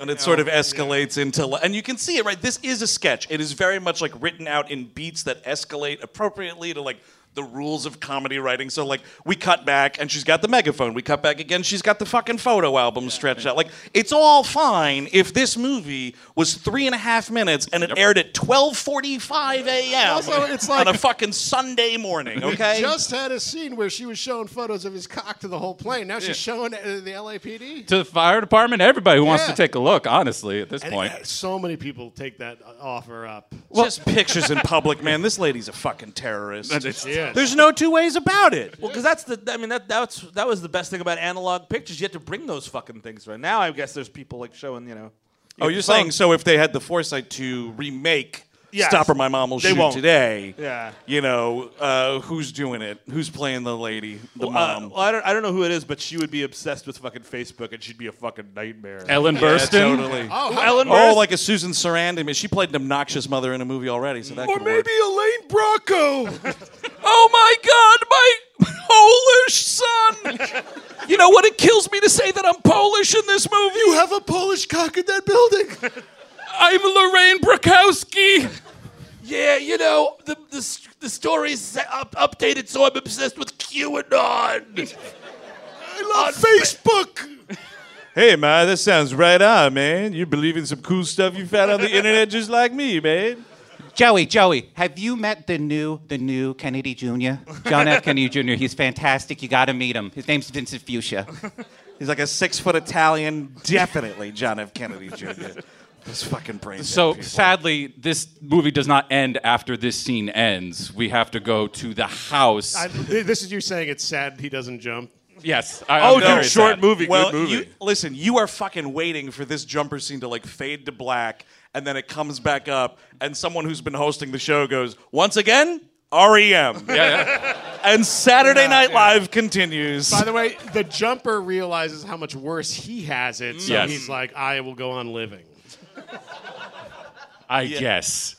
And it sort of escalates into, li- and you can see it, right? This is a sketch. It is very much like written out in beats that escalate appropriately to like the rules of comedy writing. So, like, we cut back and she's got the megaphone. We cut back again, she's got the fucking photo album stretched out. Like, it's all fine if this movie was three and a half minutes and it aired at 12.45 a.m.
Also, it's like-
on a fucking Sunday morning, okay?
He just had a scene where she was showing photos of his cock to the whole plane. Now she's
Yeah.
showing it to the LAPD.
to the fire department, everybody who wants to
Yeah.
take a look, honestly, at this
And,
point.
uh, so many people take that uh, offer up.
just pictures in public, man. This lady's a fucking terrorist.
She is.
There's no two ways about it.
Well, because that's the I mean that that's that was the best thing about analog pictures. You had to bring those fucking things right now. I guess there's people like showing you know.
Oh, you're saying so if they had the foresight to remake
Yes.
Stop or My Mom Will
They
Shoot
won't.
today,
Yeah.
you know, uh, who's doing it? Who's playing the lady, the
Uh,
mom?
well, I don't I don't know who it is, but she would be obsessed with fucking Facebook, and she'd be a fucking nightmare.
Ellen
Yeah,
Burstyn?
totally.
Oh, Ooh, Ellen
Oh,
Burst-
like a Susan Sarandon. I mean, She played an obnoxious mother in a movie already, so that
Or
could work.
maybe Elaine Bracco.
Oh my God, my Polish son! you know what? It kills me to say that I'm Polish in this movie. You have a Polish cock in that building.
I'm Lorraine Brokowski.
yeah, you know the the, s- the story's up, updated, so I'm obsessed with QAnon.
I love Facebook. Hey, man, that sounds right on, man. You believe in some cool stuff you found on the internet just like me, man.
Joey, Joey, have you met the new, the new Kennedy Jr.? John F. Kennedy Jr. He's fantastic. You got to meet him. His name's Vincent Fuchsia.
He's like a six foot Italian, definitely John F. Kennedy Jr. This fucking brain. dead
So
people.
sadly, this movie does not end after this scene ends. We have to go to the house.
I, th- this is you saying it's sad he doesn't jump.
yes. I,
Oh,
I'm very sad.
Well, You, listen, you are fucking waiting for this jumper scene to like fade to black, and then it comes back up, and someone who's been hosting the show goes, "Once again, REM." And Saturday
Yeah,
Night
yeah.
Live continues.
By the way, the jumper realizes how much worse he has it, so
Yes.
he's like, I will go on living.
I guess.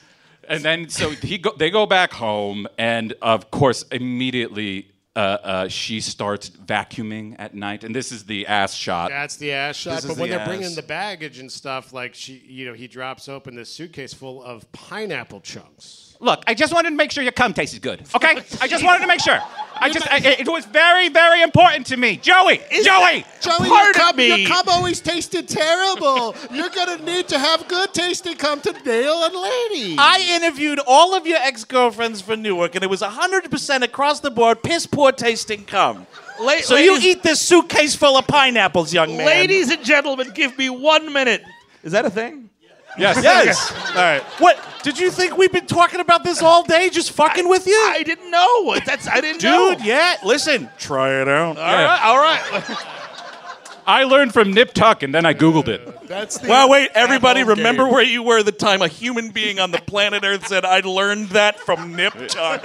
And then so he go, they go back home, and of course, immediately uh, uh, she starts vacuuming at night, and this is the ass shot.
That's the ass shot.
This is
But when
the
they're bringing
ass.
the baggage and stuff, like she, you know, he drops open this suitcase full of pineapple chunks.
Look, I just wanted to make sure your cum tasted good, okay? I just wanted to make sure. I just, I, it was very, very important to me. Joey, Joey,
Joey, your
pardon
cup,
me.
your cup always tasted terrible. You're gonna need to have good tasting cum to Dale and Lady.
I interviewed all of your ex girlfriends for Newark, and it was 100% across the board piss poor tasting cum.
La-
so
ladies-
you eat this suitcase full of pineapples, young man.
Ladies and gentlemen, give me one minute. Is that a thing?
Yes.
Yes.
All right.
What? Did you think we've been talking about this all day, just fucking with you? I didn't know. That's I didn't
know.
Dude, yeah. Listen.
Try it out.
All right. All right.
I learned from Nip Tuck and then I Googled it.
That's the
Well, wait, everybody,
at-home
remember
game.
where you were the time a human being on the planet Earth said, I learned that from Nip Tuck.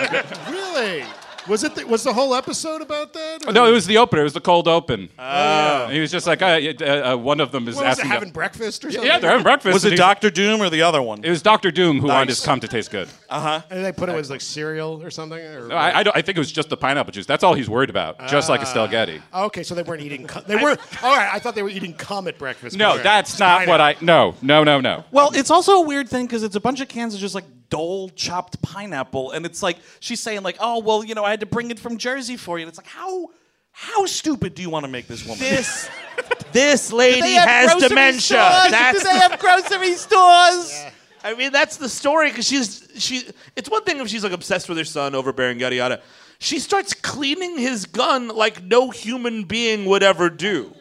really? Was it? The, was the whole episode about that?
No, it was the opener. It was the cold open.
Oh.
He was just like, uh, uh, uh, one of them is
What was it,
asking.
having breakfast or something?
yeah, they're having breakfast.
Was it
Doctor
Doom or the other one?
It was Doctor Doom who wanted his
Nice.
cum to taste good.
Uh huh.
And they put it as like cereal or something. Or
No, I, I, don't, I think it was just the pineapple juice. That's all he's worried about. just like
Ah.
Estelle Getty.
Okay, so they weren't eating. Cum. They were. All right, I thought they were eating cum at breakfast.
No,
Okay.
that's not what I. No, no, no, no.
Well, it's also a weird thing because it's a bunch of cans of just like dull chopped pineapple, and it's like she's saying like, "Oh, well, you know, I had to bring it from Jersey for you." And it's like, how how stupid do you want to make this woman?
This-
this
lady has dementia. That's-
grocery stores? I mean, that's the story because she's she.
It's one thing if she's like obsessed with her son, overbearing, yada yada. She starts cleaning his gun like no human being would ever do.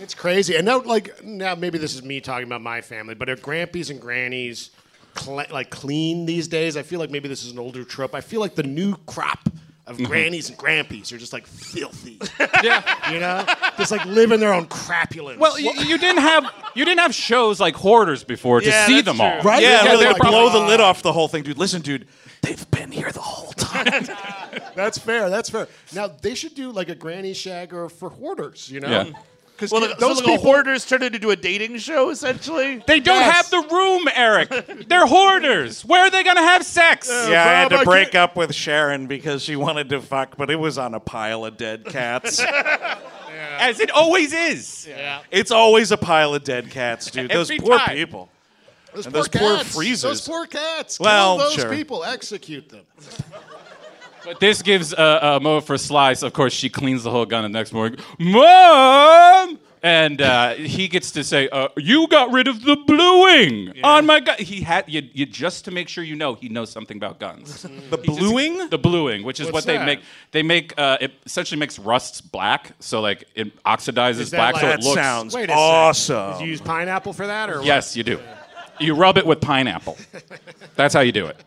It's crazy. And now, like, now maybe this is me talking about my family, but are grampies and grannies cle- like clean these days? I feel like maybe this is an older trope. I feel like the new crop of
Mhm.
grannies and grampies are just like filthy.
yeah.
You know, just like living their own crapulence.
Well, you, you didn't have you didn't have shows like Hoarders before to
Yeah,
see
that's
them
true.
all.
Right?
Yeah,
Yeah,
really,
they're
like, blow the
probably-
lid off the whole thing, dude. Listen, dude, they've been here the whole time.
that's fair. That's fair. Now they should do like a granny shag or for hoarders. You know.
Yeah.
Because
Well, those
those
so like
people,
a hoarders turned it into a dating show essentially.
They don't have the room, Eric. They're hoarders. Where are they gonna have sex?
yeah, I had to break up with Sharon because she wanted to fuck, but it was on a pile of dead cats. As it always is.
Yeah.
It's always a pile of dead cats, dude. Those
Every
poor
time.
people.
those,
and
poor,
those poor
cats,
freezers.
Those poor cats.
Well,
Kill those
sure.
people. Execute them.
But this gives a uh, uh, Mo for Slice. Of course, she cleans the whole gun the next morning. Mom. And uh, he gets to say, uh, "You got rid of the bluing on my gun." He had you, you just to make sure you know he knows something about guns. the
bluing,
the bluing, which is what
What's
they
that?
make. They make uh, it essentially makes rusts black, so like it oxidizes black, so it looks
Wait a Second. Did you use pineapple for that, or what?
Yes, you do. You rub it with pineapple. That's how you do it.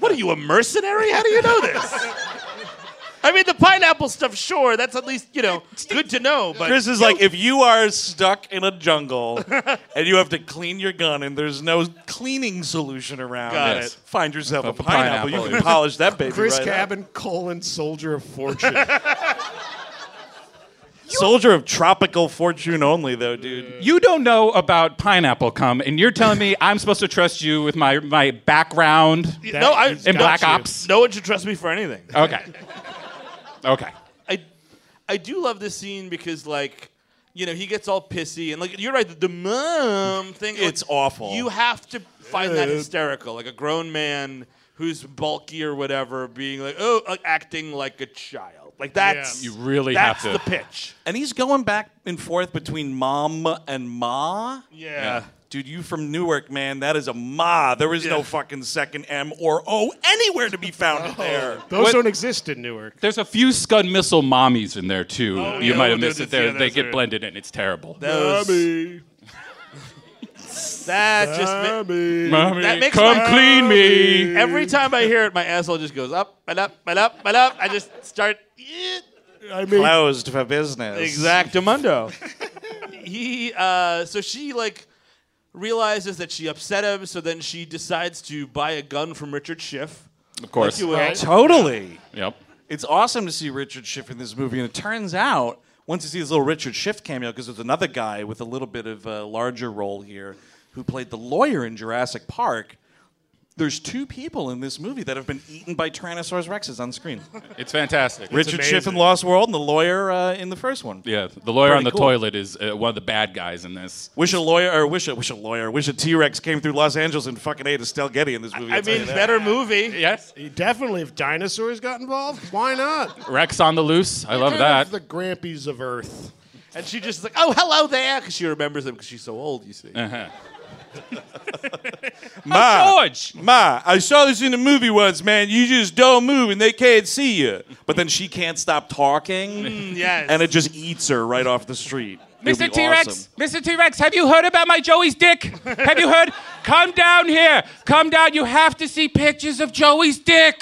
What are you a mercenary? How do you know this? I mean, the pineapple stuff, sure. That's at least you know good to know. But
Chris is like, if you are stuck in a jungle and you have to clean your gun and there's no cleaning solution around,
Got
it.
it.
find yourself a,
Up a
pineapple.
pineapple.
You can polish that baby
Chris
right up.
Cabin, colon, soldier of fortune.
Soldier of tropical fortune only, though, dude.
You don't know about pineapple cum, and you're telling me I'm supposed to trust you with my, my background
no, I
in
no,
Black Ops?
No one should trust me for anything.
Okay. Okay.
I I do love this scene because like you know he gets all pissy and like you're right the, the mom thing it's
awful.
You have to find that
Yeah.
hysterical like a grown man who's bulky or whatever being like oh uh, acting like a child like that's
You really
that's
have to.
the pitch.
And he's going back and forth between mom and ma.
Yeah.
Dude, you from Newark, man. That is a ma. There is no fucking second M or O anywhere to be found in there.
Those
What-
don't exist in Newark.
There's a few Scud Missile mommies in there, too.
Oh,
you
yeah.
might
Oh,
have missed
that's-
it there.
yeah,
they
that's
get
right.
blended in. It's terrible.
Those- That just ma-
Mommy,
that makes
come
my-
clean me.
Every time I hear it, my asshole just goes up and up and up and up. I just start. I
Closed for business.
Exactamundo. he uh, so she like realizes that she upset him, so then she decides to buy a gun from Richard Schiff.
Of
Like
course.
you will.
Totally.
Yep.
It's awesome to see Richard Schiff in this movie, and it turns out once you see this little Richard Schiff cameo, because there's another guy with a little bit of a larger role here who played the lawyer in Jurassic Park. There's two people in this movie that have been eaten by Tyrannosaurus rexes on screen.
It's fantastic.
Richard Schiff in Lost World and the lawyer uh, in the first one.
Yeah, the lawyer
Pretty
on the
cool.
toilet is uh, one of the bad guys in this.
Wish a lawyer, or wish a wish a lawyer, wish a T Rex came through Los Angeles and fucking ate Estelle Getty in this movie. I'll tell you that.
movie.
Yes.
Definitely, if dinosaurs got involved, why not?
Rex on the loose. I love
Kind
that.
of the Grampies of Earth.
And she just is like, oh, hello there, because she remembers him because she's so old, you see.
Uh-huh. Oh,
Ma, George. Ma, I saw this in a movie once, man. You just don't move and they can't see you. But then she can't stop talking.
yes.
And it just eats her right off the street. It'd
Mr.
be
T Rex,
awesome.
Mr. T Rex, have you heard about my Joey's dick? Have you heard? Come down here. Come down. You have to see pictures of Joey's dick.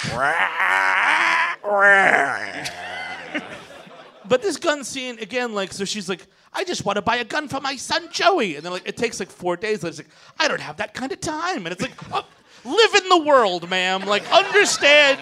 But this gun scene again, like, so she's like, I just want to buy a gun for my son Joey, and then like it takes like four days. Like, it's like I don't have that kind of time, and it's like, oh, live in the world, ma'am. Like, understand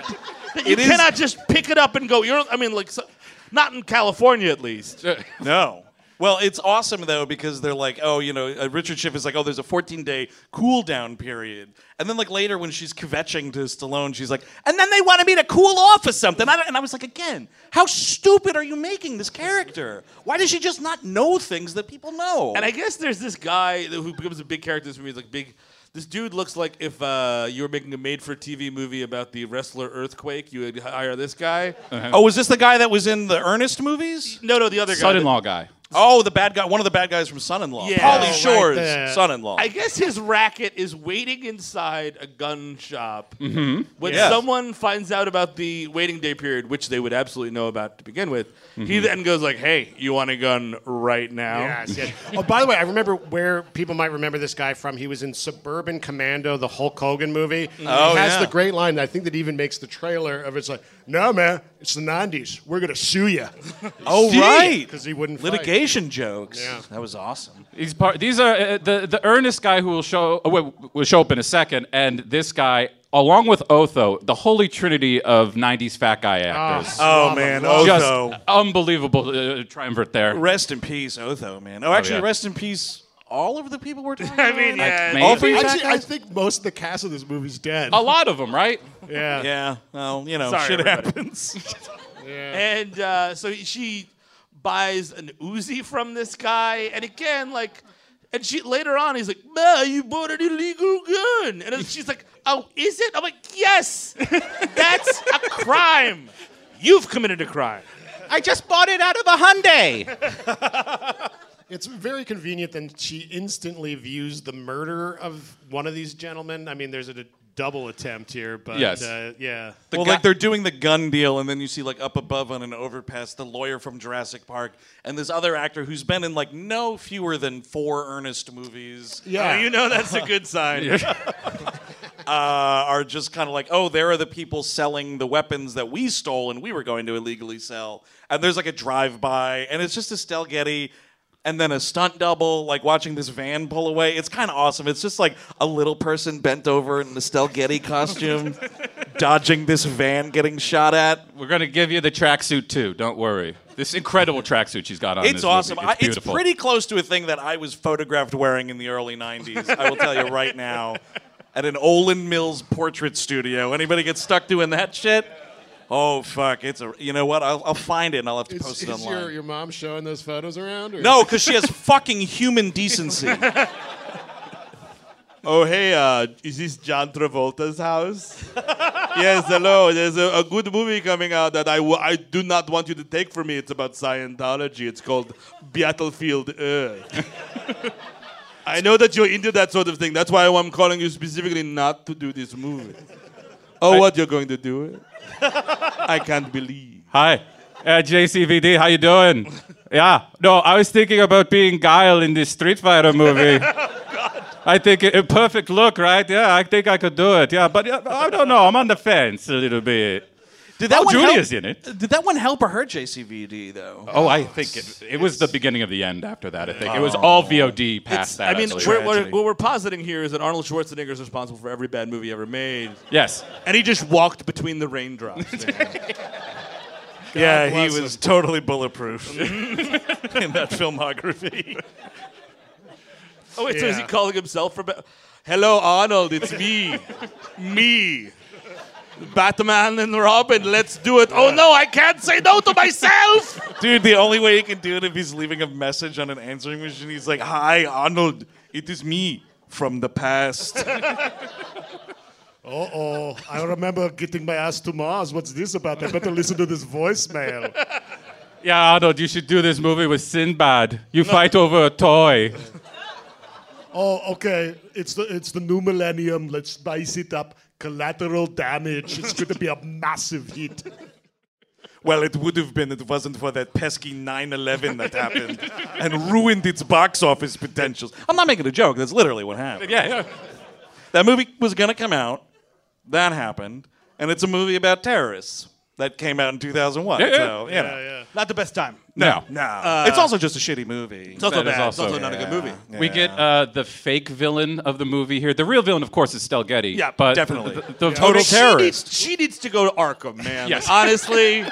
that you
It is-
cannot just pick it up and go. You're, I mean, like, so, not in California at least.
no. Well, it's awesome though because they're like, oh, you know, uh, Richard Schiff is like, oh, there's a 14 day cool down period, and then like later when she's kvetching to Stallone, she's like, and then they wanted me to cool off or something, I don't- and I was like, again, how stupid are you making this character? Why does she just not know things that people know?
And I guess there's this guy that- who becomes a big character in this movie. He's like big. This dude looks like if uh, you were making a made-for-TV movie about the wrestler earthquake, you would hire this guy.
oh, was this the guy that was in the Ernest movies?
No, no, the other guy.
Son-in-law guy.
Oh, the bad guy, one of the bad guys from Son-in-Law.
Yeah. Oh,
Pauly
right
Shore's
there.
son-in-law.
I guess his racket is waiting inside a gun shop
Mhm.
when
Yes.
someone finds out about the waiting day period, which they would absolutely know about to begin with. He
Mhm.
then goes like, "Hey, you want a gun right now?"
Yes, yes. Oh, by the way, I remember where people might remember this guy from. He was in Suburban Commando, the Hulk Hogan movie.
Oh,
he has
yeah.
the great line that I think that even makes the trailer of it's like, no, man, it's the 90s. We're going to sue you.
Oh, right.
Because he wouldn't fight.
Litigation jokes. That was awesome.
These part, these are uh, the the earnest guy who will show uh, will will show up in a second, and this guy, along with Otho, the holy trinity of '90s fat guy actors.
Oh, oh, man, Otho.
Just unbelievable uh, triumvirate there.
Rest in peace, Otho, man. Oh, actually,
yeah.
rest in peace, all of the people we're talking
I
about.
mean, yeah.
All three fat
Actually, I
guys?
think most of the cast of this movie's dead.
A lot of them, right?
Yeah.
Yeah. Well, you know,
Sorry,
shit
everybody.
happens.
And uh, so she buys an Uzi from this guy, and again, like, and she later on, he's like, "Ma, you bought an illegal gun," and then she's like, "Oh, is it?" I'm like, "Yes, that's a crime. You've committed a crime."
I just bought it out of a Hyundai.
It's very convenient that she instantly views the murder of one of these gentlemen. I mean, there's a, double attempt here, but
Yes.
uh, yeah.
well, like they're doing the gun deal, and then you see like up above on an overpass the lawyer from Jurassic Park and this other actor who's been in like no fewer than four Ernest movies.
Oh, you know that's a good sign.
uh, are just kind of like, oh, there are the people selling the weapons that we stole and we were going to illegally sell. And there's like a drive by, and it's just Estelle Getty and then a stunt double, like watching this van pull away. It's kind of awesome. It's just like a little person bent over in an Estelle Getty costume, dodging this van getting shot at.
We're gonna give you the tracksuit too. Don't worry. This incredible tracksuit she's got on. in
it's
this movie.
awesome. I-
It's beautiful.
pretty close to a thing that I was photographed wearing in the early 90s. I will tell you right now. At an Olin Mills portrait studio. Anybody get stuck doing that shit? Oh, fuck. It's a. You know what? I'll, I'll find it and I'll have to
Is,
post it
is
online.
your, your mom showing those photos around? Or?
No, because she has fucking human decency.
Oh, hey, uh, is this John Travolta's house? yes, hello. There's a, a good movie coming out that I, w- I do not want you to take from me. It's about Scientology. It's called Battlefield Earth. I know that you're into that sort of thing. That's why I'm calling you specifically not to do this movie. Oh, what? You're going to do it? I can't believe.
Hi, uh, JCVD. How you doing? Yeah. No, I was thinking about being Guile in this Street Fighter movie. I think it, a perfect look, right? Yeah, I think I could do it. Yeah, but uh, I don't know. I'm on the fence a little bit.
Did that
oh,
one
Julia's
help-
in
Uh,
it.
Did that one help or hurt JCVD, though?
Oh, I think it, it was the beginning of the end after that. I think it was all VOD past that.
I mean,
actually.
we're, we're, what we're positing here is that Arnold Schwarzenegger is responsible for every bad movie ever made.
Yes.
And he just walked between the raindrops.
yeah,
God bless
he was
him.
totally bulletproof in that filmography.
Oh, wait, so is he
Yeah.
calling himself for? Ba- Hello, Arnold, it's me. me. Batman and Robin, let's do it. Oh no, I can't say no to myself.
Dude, the only way he can do it if he's leaving a message on an answering machine. He's like, "Hi, Arnold. It is me from the past."
Uh oh. I remember getting my ass to Mars. What's this about? I better listen to this voicemail.
Yeah, Arnold, you should do this movie with Sinbad. You fight over a toy.
Oh, okay. It's the it's the new millennium. Let's spice it up. Collateral damage. It's going to be a massive hit.
Well, it would have been if it wasn't for that pesky 9 11 that happened and ruined its box office potentials. I'm not making a joke. That's literally what happened.
Yeah, yeah.
That movie was going to come out. That happened. And it's a movie about terrorists that came out in 2001.
Yeah, yeah.
So, you know.
Not the best time.
No, no.
Uh,
it's also just a shitty movie.
It's also bad. It's also not a good movie.
We get uh, the fake villain of the movie here. The real villain, of course, is Stel Getty.
Yeah,
but
definitely.
The, the
Yeah.
total
She
terrorist.
needs- she needs to go to Arkham, man.
Yes.
Honestly,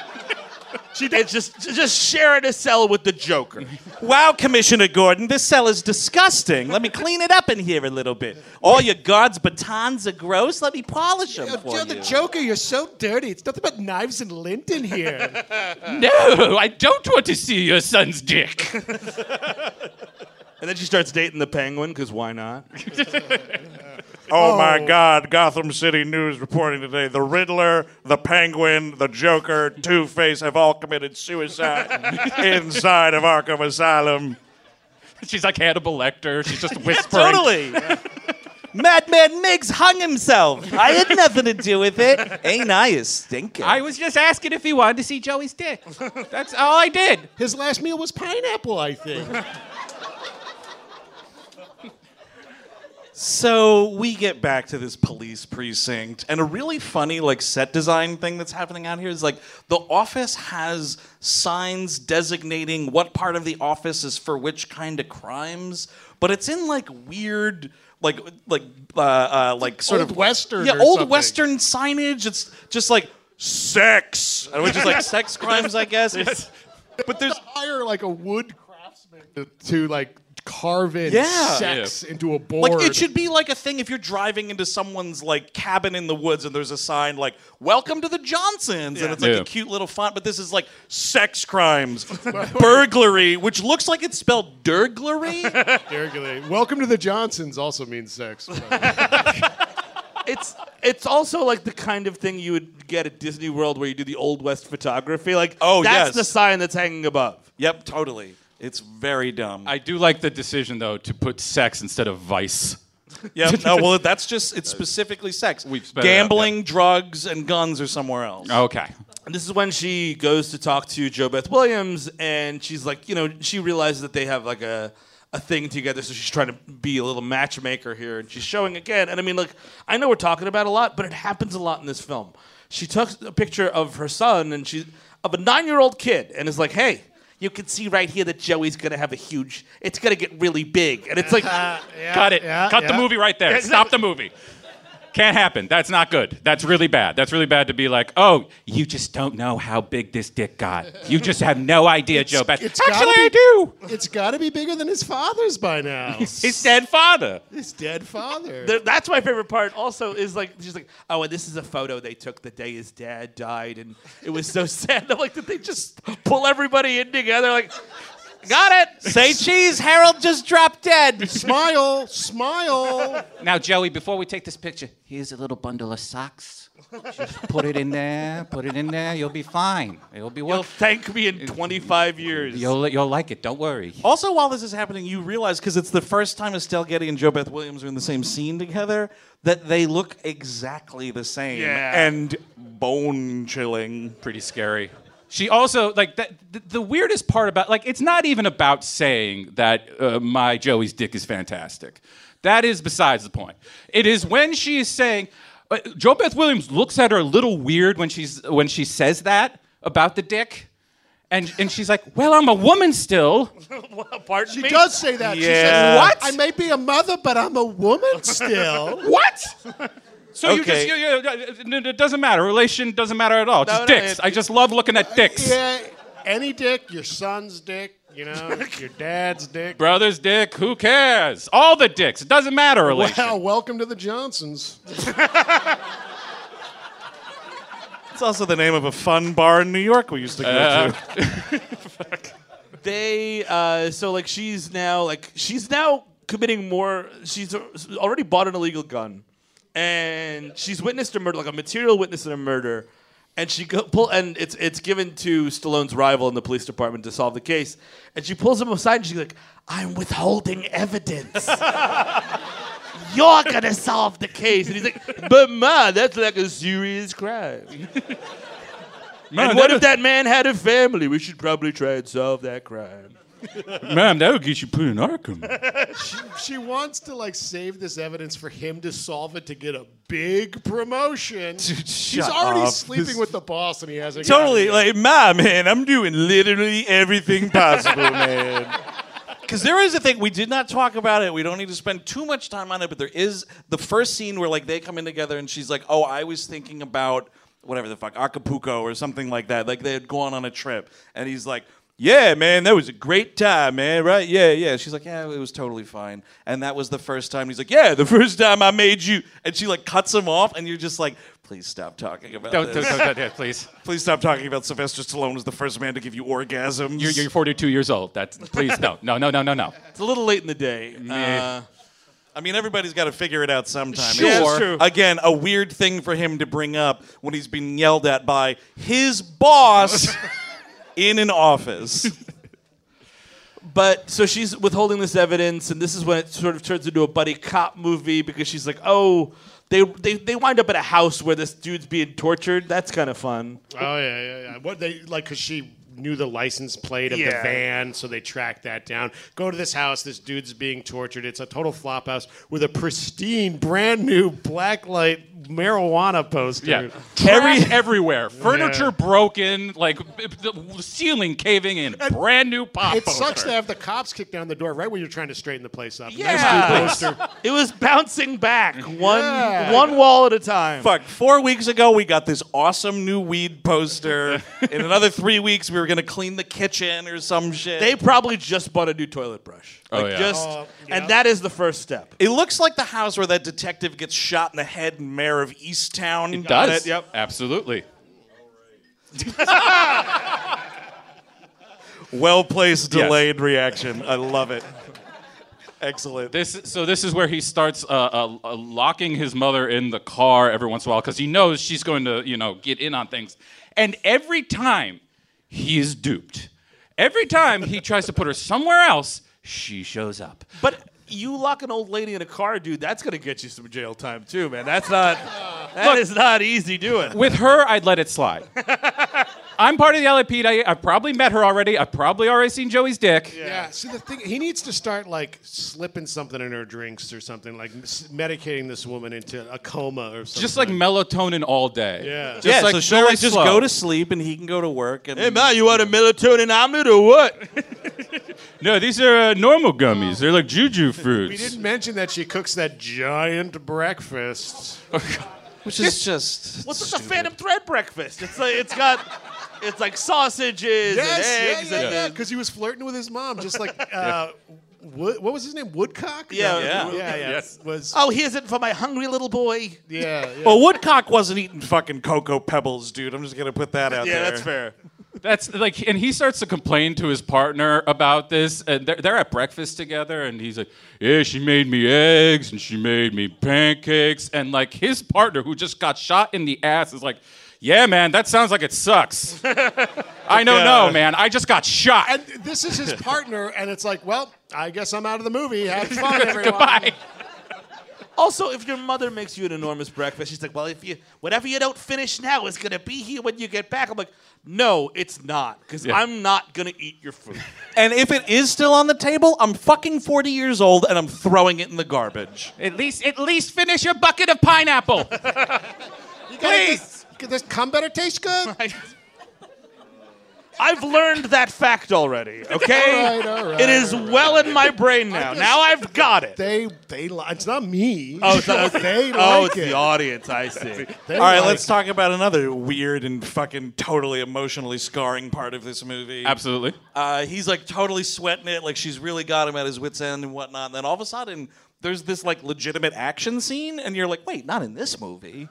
she it's just just sharing a cell with the Joker.
Wow, Commissioner Gordon, this cell is disgusting. Let me clean it up in here a little bit. All your guards' batons are gross. Let me polish them for
You're
you.
the Joker. You're so dirty. It's nothing but knives and lint in here.
No, I don't want to see your son's dick.
And then she starts dating the Penguin because why not?
Oh, my God! Gotham City News reporting today: the Riddler, the Penguin, the Joker, Two Face have all committed suicide inside of Arkham Asylum.
She's like Hannibal Lecter. She's just whispering.
Totally. Madman Miggs hung himself. I had nothing to do with it. Ain't I a stinker?
I was just asking if he wanted to see Joey's dick. That's all I did.
His last meal was pineapple, I think.
So we get back to this police precinct, and a really funny like set design thing that's happening out here is like the office has signs designating what part of the office is for which kind of crimes, but it's in like weird like like uh, uh, like sort
Old
of
Western
yeah
or
old
something.
western signage. It's just like sex, and which is like sex crimes, I guess. But there's
hire like a wood craftsman to, to like carve in
Yeah.
sex
Yeah.
into a board.
Like it should be like a thing if you're driving into someone's like cabin in the woods and there's a sign like "Welcome to the Johnsons" and it's like
Yeah.
a cute little font, but this is like sex crimes, burglary, which looks like it's spelled burglary.
Dergulate. Welcome to the Johnsons also means sex.
It's it's also like the kind of thing you would get at Disney World where you do the old west photography. Like
Oh,
that's
yes.
the sign that's hanging above.
Yep, totally. It's very dumb.
I do like the decision though to put sex instead of vice.
yeah, no, well that's just it's specifically sex. We've
sped it up,
gambling, drugs, and guns are somewhere else.
Okay.
And this is when she goes to talk to Joe Beth Williams, and she's like, you know, she realizes that they have like a a thing together, so she's trying to be a little matchmaker here, and she's showing again. And I mean, like, I know we're talking about a lot, but it happens a lot in this film. She took a picture of her son, and she of a nine year old kid, and is like, hey. You can see right here that Joey's gonna have a huge. It's gonna get really big, and it's like,
Cut it. Cut the movie right there.
Yeah,
Stop the movie. Can't happen. That's not good. That's really bad. That's really bad to be like, oh, you just don't know how big this dick got. You just have no idea, Joe. Beth.
It's
Actually,
gotta
I
be-
do.
It's got to be bigger than his father's by now.
His dead father.
his dead father.
Th- that's my favorite part. Also, is like she's like, oh, and this is a photo they took the day his dad died, and it was so sad. I'm like, did they just pull everybody in together? Like, got it.
Say cheese. Harold just dropped dead.
smile, smile.
Now, Joey, before we take this picture, here's a little bundle of socks. Just put it in there. Put it in there. You'll be fine. It'll be
You'll
well.
thank me in 25 years.
You'll, you'll like it. Don't worry.
Also, while this is happening, you realize because it's the first time Estelle Getty and Joe Beth Williams are in the same scene together that they look exactly the same
Yeah.
and bone chilling.
Pretty scary. She also like that, the, the weirdest part about like it's not even about saying that uh, my Joey's dick is fantastic. That is besides the point. It is when she is saying uh, Joe Beth Williams looks at her a little weird when she's when she says that about the dick. And, and she's like, well, I'm a woman still.
Pardon
She
me?
does say that. She says,
Yeah. What?
I may be a mother, but I'm a woman still.
What? So you
Okay.
just, you, you- it- it doesn't matter. Relation doesn't matter at all. It's
No,
just
no,
dicks.
it- Uh,
I just love looking at dicks.
yeah, any dick, your son's dick, you know, your dad's dick.
Brother's dick, who cares? All the dicks. It doesn't matter, relation.
Wow, welcome to the Johnsons.
It's also the name of a fun bar in New York we used to go
Uh,
to.
They uh, so like she's now like she's now committing more. She's already bought an illegal gun, and she's witnessed a murder, like a material witness in a murder. And she go, pull and it's it's given to Stallone's rival in the police department to solve the case. And she pulls him aside and she's like, "I'm withholding evidence." You're gonna solve the case, and he's like, "But ma, that's like a serious crime." and
Man,
what
that
if that man had a family? We should probably try and solve that crime.
Ma'am, that would get you put in Arkham.
she, she wants to like save this evidence for him to solve it to get a big promotion. She's
shut
already
up.
sleeping
This-
with the boss and he hasn't.
Totally,
gotten
like, my man, I'm doing literally everything possible, man.
Because there is a thing we did not talk about it. We don't need to spend too much time on it, but there is the first scene where like they come in together and she's like, "Oh, I was thinking about whatever the fuck Acapulco or something like that. Like they had gone on a trip." And he's like, "Yeah, man, that was a great time, man. Right? Yeah, yeah." She's like, "Yeah, it was totally fine." And that was the first time. He's like, "Yeah, the first time I made you." And she like cuts him off, and you're just like. Please stop talking about
Don't-
this.
don't- don't- don't- please.
Please stop talking about Sylvester Stallone was the first man to give you orgasms.
You're, you're 42 years old. That's please no, no, no, no, no, no.
It's a little late in the day.
Meh.
Uh, I mean, everybody's got to figure it out sometime.
Sure. Yeah, that's true.
Again, a weird thing for him to bring up when he's being yelled at by his boss in an office.
But so she's withholding this evidence, and this is when it sort of turns into a buddy cop movie because she's like, oh, they, they, they wind up at a house where this dude's being tortured. That's kind of fun.
it. Oh yeah, yeah, yeah. What they like because she knew the license plate of
Yeah.
the van, so they tracked that down. Go to this house. This dude's being tortured. It's a total flop house with a pristine, brand new blacklight marijuana poster.
Yeah, trash everywhere, furniture broken, like b- b- the ceiling caving in, brand new pop.
It sucks
poster.
to have the cops kick down the door right when you're trying to straighten the place up.
Yeah.
Nice new poster.
It was bouncing back one
Yeah.
one wall at a time.
Fuck, four weeks ago, we got this awesome new weed poster. In another three weeks, we were going to clean the kitchen or some shit.
They probably just bought a new toilet brush.
Oh,
Like
yeah.
just
Oh,
and that is the first step.
It looks like the house where that detective gets shot in the head in Mayor of Easttown.
It does.
It? Yep.
Absolutely.
Well placed
Yes.
delayed reaction. I love it. Excellent.
This so this is where he starts uh, uh, uh, locking his mother in the car every once in a while because he knows she's going to you know get in on things, and every time he is duped. Every time he tries to put her somewhere else, she shows up.
But you lock an old lady in a car, dude, that's gonna get you some jail time too, man. That's not that
Look-
is not easy doing.
With her, I'd let it slide. I'm part of the LAPD. I've probably met her already. I've probably already seen Joey's dick.
Yeah. See, the thing he needs to start like slipping something in her drinks or something, like s- medicating this woman into a coma or something.
Just like melatonin all day.
Yeah.
Just
yeah,
like
so she'll
very
like just
slow.
go to sleep and he can go to work. And
Hey man, you want a melatonin omelet or what?
No, these are uh, normal gummies. They're like juju fruits.
we didn't mention that she cooks that giant breakfast,
which is just
What's with the Phantom Thread breakfast? It's like it's got it's like sausages and
yes,
eggs
yeah, yeah,
and
yeah, because he was flirting with his mom, just like uh, Wood, what was his name, Woodcock?
Yeah,
No,
yeah.
yeah, yeah.
Yes.
Was
Oh, here's it for my hungry little boy.
yeah, yeah.
Well, Woodcock wasn't eating fucking Cocoa Pebbles, dude. I'm just gonna put that out
Yeah,
there.
that's fair.
That's like, and he starts to complain to his partner about this, and they're, they're at breakfast together, and he's like, "Yeah, she made me eggs, and she made me pancakes," and like his partner, who just got shot in the ass, is like, "Yeah, man, that sounds like it sucks." I don't know, man. I just got shot.
and this is his partner, and it's like, well, I guess I'm out of the movie. Have fun, everyone.
Goodbye.
Also, if your mother makes you an enormous breakfast, she's like, "Well, if you whatever you don't finish now is gonna be here when you get back." I'm like, "No, it's not, because
Yeah.
I'm not gonna eat your food."
And if it is still on the table, I'm fucking 40 years old and I'm throwing it in the garbage.
At least, at least finish your bucket of pineapple.
You gotta
Please.
Get, this cum better taste good.
I've learned that fact already. Okay,
All right, all right,
it is well in my brain now. Now I've got it.
They, they. Li- it's not me.
Oh, it's not-
they
oh,
like
it's
it.
the audience. I see.
They
All right,
like
let's talk about another weird and fucking totally emotionally scarring part of this movie.
Absolutely.
Uh, he's like totally sweating it, like she's really got him at his wits end and whatnot. And then all of a sudden, there's this like legitimate action scene, and you're like, wait, not in this movie.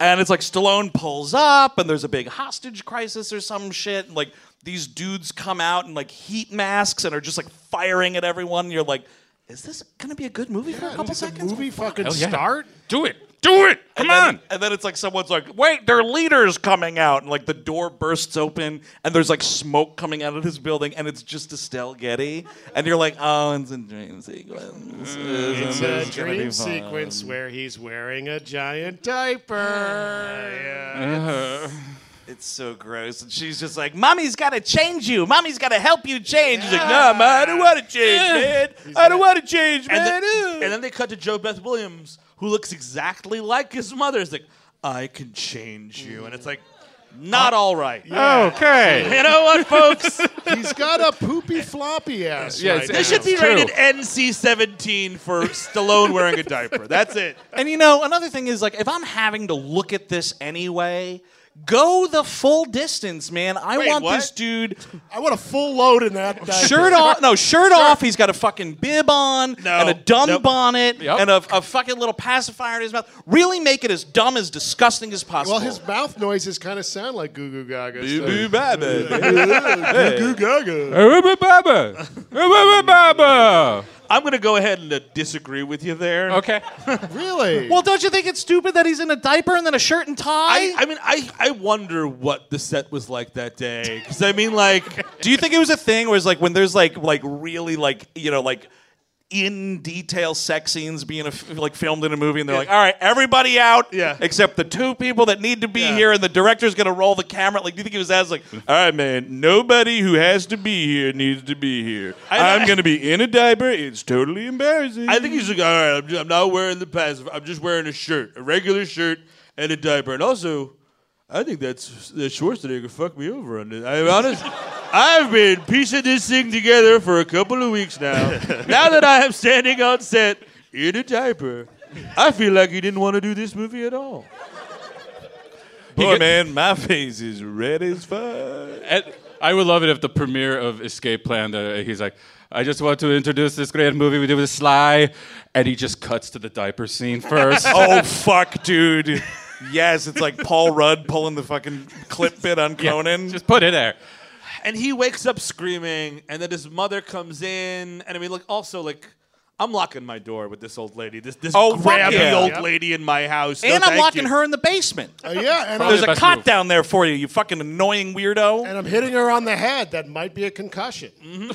And it's like Stallone pulls up, and there's a big hostage crisis or some shit. And like these dudes come out in like heat masks and are just like firing at everyone. And you're like, is this gonna be a good movie for a couple seconds?
movie fucking
Hell yeah.
start.
Do it. Do it. Come on.
and Then, and then it's like someone's like, wait, their leader's coming out. And like the door bursts open and there's like smoke coming out of this building and it's just Estelle Getty. And you're like, oh, it's a dream sequence.
It's
It's
a dream sequence where he's wearing a giant diaper.
it's so gross. And she's just like, Mommy's got to change you. Mommy's got to help you change. He's like, No, Ma, I don't want to change,
Yeah.
man. I don't want to change,
And,
man.
then- and then they cut to Joe Beth Williams, who looks exactly like his mother. It's like, I can change you. And it's like, not all right.
Okay.
You know what, folks?
He's got a poopy floppy ass.
Yeah,
right
this
now.
should be rated NC-17 for Stallone wearing a diaper. That's it.
And you know, another thing is like, if I'm having to look at this anyway, go the full distance, man. I
Wait,
want
what?
this dude
I want a full load in that.
Uh,
diaper.
shirt off. No, shirt off. He's got a fucking bib on and a dumb bonnet and a, a fucking little pacifier in his mouth. Really make it as dumb as disgusting as possible.
Well, his mouth noises kind of sound like Goo Goo Gaga. so-
boo bye, baby.
Goo Goo Gaga.
I'm going to go ahead and uh, disagree with you there.
Okay.
really?
Well, don't you think it's stupid that he's in a diaper and then a shirt and tie?
I, I mean, I, I wonder what the set was like that day. Because, I mean, like,
Do you think it was a thing where it's like when there's like like really like you know like in detail sex scenes being a f like filmed in a movie and they're
Yeah.
like all right everybody out
Yeah.
except the two people that need to be here and the director's gonna roll the camera like do you think it was that It's like "Uh, all right man nobody who has to be here needs to be here
I-
I'm gonna be in a diaper it's totally embarrassing
I think he's like, all right, I'm, ju- I'm not wearing the passive. I'm just wearing a shirt, a regular shirt, and a diaper. And also, I think that's that Schwarzenegger fucked me over on this. I'm honest. I've been piecing this thing together for a couple of weeks now. now that I am standing on set in a diaper, I feel like he didn't want to do this movie at all.
boy man my face is red as fuck
And I would love it if the premiere of Escape Plan, uh, he's like, I just want to introduce this great movie we did with Sly, and he just cuts to the diaper scene first.
oh fuck dude yes it's like Paul Rudd pulling the fucking clip bit on Conan
just put it there.
and he wakes up screaming, and then his mother comes in, and I mean, look, also like. I'm locking my door with this old lady. This this
Oh, fuck
grabby
yeah.
old
Yep.
lady in my house. No,
and I'm
thank
locking
you.
her in the basement.
Uh, yeah, and
There's
I'm,
a cot down there for you, you fucking annoying weirdo.
and I'm hitting her on the head. That might be a concussion.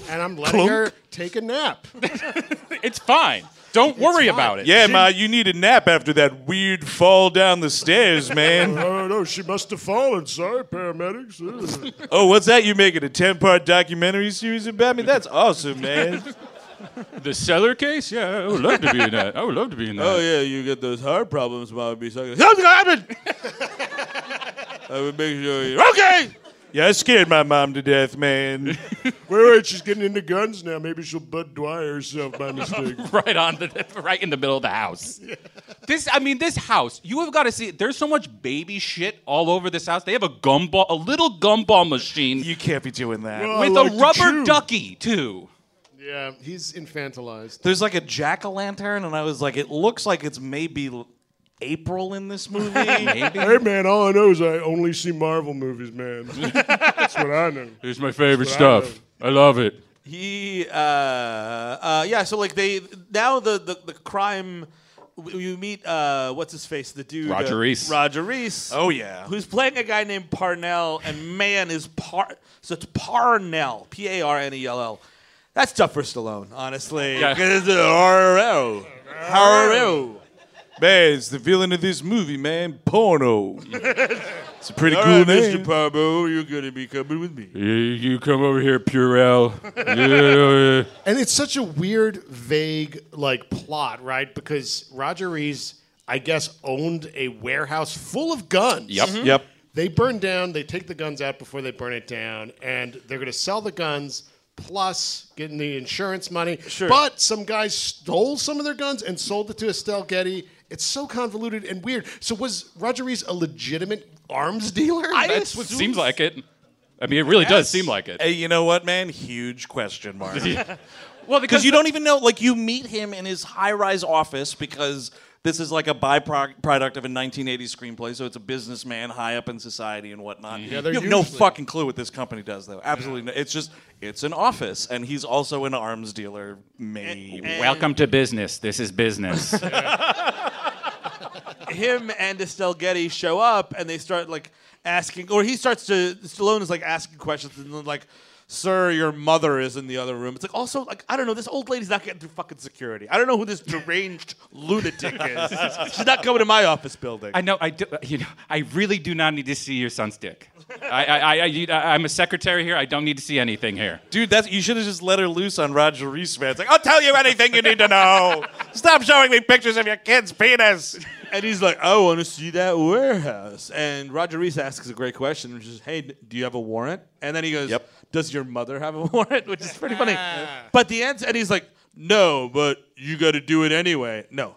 And I'm letting her take a nap.
It's fine. Don't worry
fine.
about it.
yeah, Ma, you need a nap after that weird fall down the stairs, man.
Oh no, she must have fallen. Sorry, paramedics. Uh, Ugh.
oh, what's that? You making a 10 part documentary series about me? That's awesome, man.
The seller case? Yeah, I would love to be in that. I would love to be in that.
Oh yeah, you get those heart problems, Mom. Be sucking. Something happened. I would make sure you okay.
yeah, I scared my mom to death, man.
wait, wait, she's getting into guns now. Maybe she'll Bud Dwyer herself by mistake.
right on the right in the middle of the house. This I mean this house, you have got to see there's so much baby shit all over this house. They have a gumball a little gumball machine
You can't be doing that.
Well, I
with
like
a
to
rubber
chew.
ducky too.
Yeah, he's infantilized.
There's like a jack o' lantern, and I was like, it looks like it's maybe l- April in this movie.
Hey man, all I know is I only see Marvel movies, man. That's what I know.
Here's my favorite stuff. I love it.
He, uh, uh, yeah. So like they now the the, the crime. w- You meet uh, what's his face, the dude
Roger
uh,
Reese.
Roger Reese.
Oh, yeah.
who's playing a guy named Parnell, and man is Par. So it's Parnell, P A R N E L L. That's tough for Stallone, honestly.
Yeah.
'Cause it's a RRL. RRL.
man, it's the villain of this movie, man. Porno. it's a pretty
All
cool
right,
name.
Mr. Parbo, you're gonna be coming with me.
You, you come over here, Purell. Yeah, yeah,
And it's such a weird, vague like plot, right? Because Roger Rees, I guess, owned a warehouse full of guns.
yeah. Yep. Yep.
They burn down. They take the guns out before they burn it down, and they're going to sell the guns plus getting the insurance money. Sure. But some guys stole some of their guns and sold it to Estelle Getty. It's so convoluted and weird. So was Roger Rees a legitimate arms dealer?
That's what seems like it. I mean, it really does seem like it.
Hey, you know what, man? Huge question mark.
Well,
Because you don't even know. Like, you meet him in his high-rise office because this is like a byproduct of a 1980s screenplay. So it's a businessman high up in society and whatnot. Yeah,
they're
you have no
usually-
fucking clue what this company does, though. Absolutely, no. it's just it's an office, and he's also an arms dealer. Maybe.
Welcome to business. This is business.
him and Estelle Getty show up and they start like asking, or he starts to Stallone is like asking questions and then like, sir, your mother is in the other room. It's like, also, like, I don't know, this old lady's not getting through fucking security. I don't know who this deranged lunatic is. She's not coming to my office building.
I know. I do, you know. I really do not need to see your son's dick. I, I, I, I, you- I- I'm a secretary here. I don't need to see anything here.
Dude, that's you should have just let her loose on Roger Reese, man. It's like, I'll tell you anything you need to know. Stop showing me pictures of your kid's penis.
And he's like, I want to see that warehouse. And Roger Reese asks a great question, which is, Hey, do you have a warrant? And then he goes, Does your mother have a warrant? Which is pretty funny.
Ah.
But the answer, and he's like, No, but you got to do it anyway. No.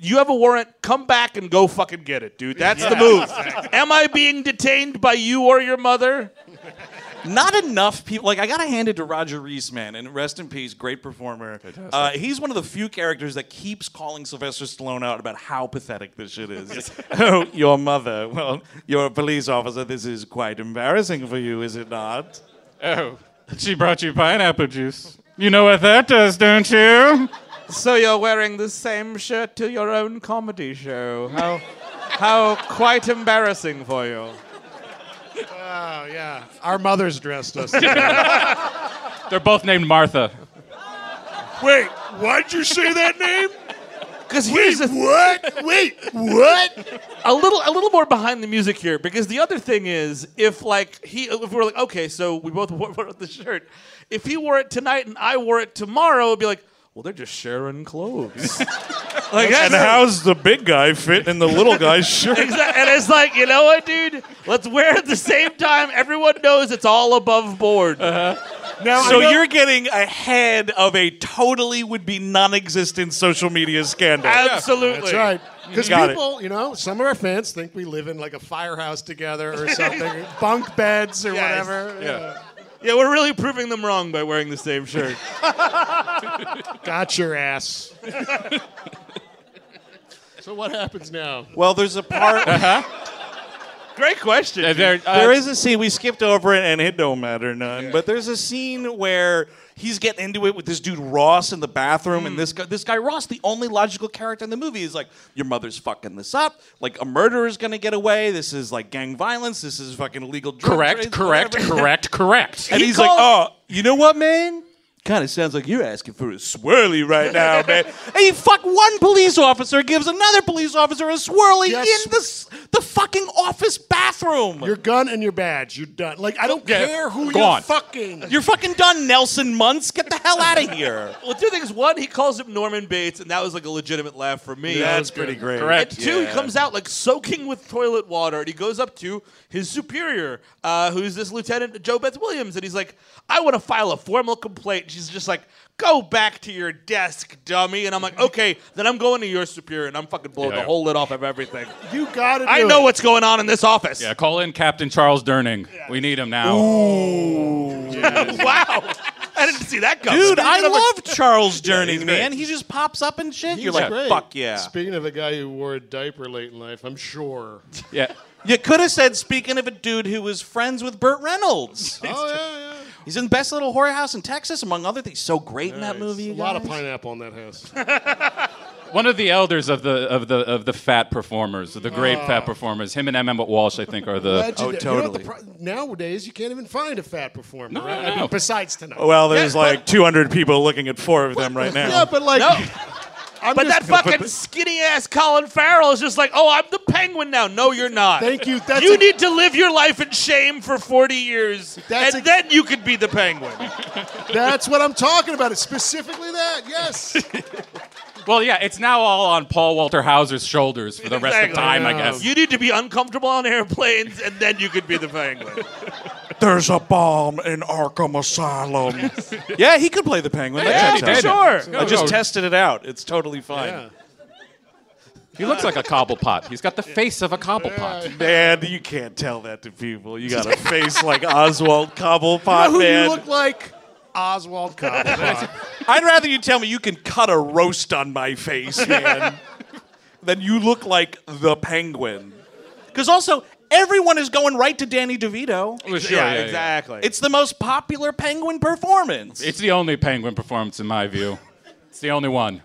You have a warrant, come back and go fucking get it, dude. That's the
Yeah,
move.
exactly.
Am I being detained by you or your mother?
Not enough people. Like I gotta hand it to Roger Reese, man, and rest in peace, great performer. Uh, he's one of the few characters that keeps calling Sylvester Stallone out about how pathetic this shit is. oh, your mother. Well, you're a police officer. This is quite embarrassing for you, is it not?
Oh, she brought you pineapple juice. You know what that does, don't you?
So you're wearing the same shirt to your own comedy show. How, how quite embarrassing for you.
Oh yeah, our mothers dressed us.
They're both named Martha.
Wait, why'd you say that name?
Because here's the
what? Wait,
what? a little, a little more behind the music here, because the other thing is, if like he, if we're like, okay, so we both wore, wore the shirt. If he wore it tonight and I wore it tomorrow, it'd be like, well, they're just sharing clothes. like,
and
that's-
how's the big guy fit in the little guy's shirt?
Exa- and it's like, you know what, dude? Let's wear it at the same time. Everyone knows it's all above board.
Now,
so you're getting ahead of a totally would be non-existent social media scandal.
That's right. Because
Got it.
people, you know, some of our fans think we live in like a firehouse together or something, bunk beds or
Yes.
whatever.
Yeah. Yeah, we're really proving them wrong by wearing the same shirt.
Got your ass. so what happens now?
Well, there's a part.
Uh-huh.
Great question.
Uh,
there is a scene we skipped over it, and it don't matter none. But
there's a scene where he's getting into it with this dude Ross in the bathroom, and this guy, this guy Ross, the only logical character in the movie, is like, "Your mother's fucking this up. Like a murderer's gonna get away. This is like gang violence. This is fucking illegal drug
Correct,
trade,
correct,
whatever."
correct, correct.
And he's like, "Oh, you know what, man? Kind of sounds like you're asking for a swirly right now, man." and he fuck one police officer gives another police officer a swirly in the s- the fucking office bathroom.
Your gun and your badge, you're done. Like I don't
Yeah.
care who
Gone.
you're fucking.
You're fucking done, Nelson Muntz. Get the hell out of here.
Well, two things. One, he calls him Norman Bates, and that was like a legitimate laugh for me.
Yeah, That's that was pretty good. great.
Correct.
Correct.
And two, he
Yeah.
comes out like soaking with toilet water, and he goes up to his superior, uh, who's this Lieutenant Joe Beth Williams, and he's like, "I want to file a formal complaint." She's just like, "Go back to your desk, dummy." And I'm like, "Okay." Then I'm going to your superior, and I'm fucking blowing the whole lid off of everything.
You got it.
I know what's going on in this office.
Yeah, call in Captain Charles Durning. We need him now.
wow. I didn't see that coming.
Dude, I love Charles Durning,
he's great.
man. He just pops up and shit. You're
He's
like,
great.
fuck yeah.
Speaking of a guy who wore a diaper late in life, I'm sure.
Yeah.
You could have said, speaking of a dude who was friends with Burt Reynolds. oh, yeah, yeah. He's in Best Little Horror House in Texas, among other things. So great in that movie.
A lot of pineapple in that house.
One of the elders of the of the of the fat performers, of the great fat performers. Him and M. Emmett Walsh, I think, are the.
Legendary. You know what the pro- nowadays, you can't even find a fat performer. right? I
no.
mean, besides tonight.
Oh,
well, there's like 200 people looking at four of them right now.
Yeah, but like, I'm
but
just-
that fucking skinny ass Colin Farrell is just like, oh, I'm the penguin now. No, you're not.
Thank you. That's
you
a-
need to live your life in shame for 40 years,
That's
and
a-
then you could be the penguin.
That's what I'm talking about. It's specifically that. Yes.
Well, yeah, it's now all on Paul Walter Hauser's shoulders for the rest
Exactly.
of time, I guess.
You need to be uncomfortable on airplanes, and then you could be the penguin.
There's a bomb in Arkham Asylum.
yeah, he could play the penguin.
Yeah,
that
he
checks
did.
out.
Sure.
I just
Go.
tested it out. It's totally fine.
He looks like a cobblepot. He's got the face of a cobblepot.
Man, you can't tell that to people. You got a face like Oswald Cobblepot,
you know who
man.
you look like? Oswald Cobblepot.
I'd rather you tell me you can cut a roast on my face, man, than you look like the penguin. Because also, everyone is going right to Danny DeVito.
Well, sure, Yeah, yeah, yeah. exactly.
It's the most popular penguin performance.
It's the only penguin performance in my view. It's the only one.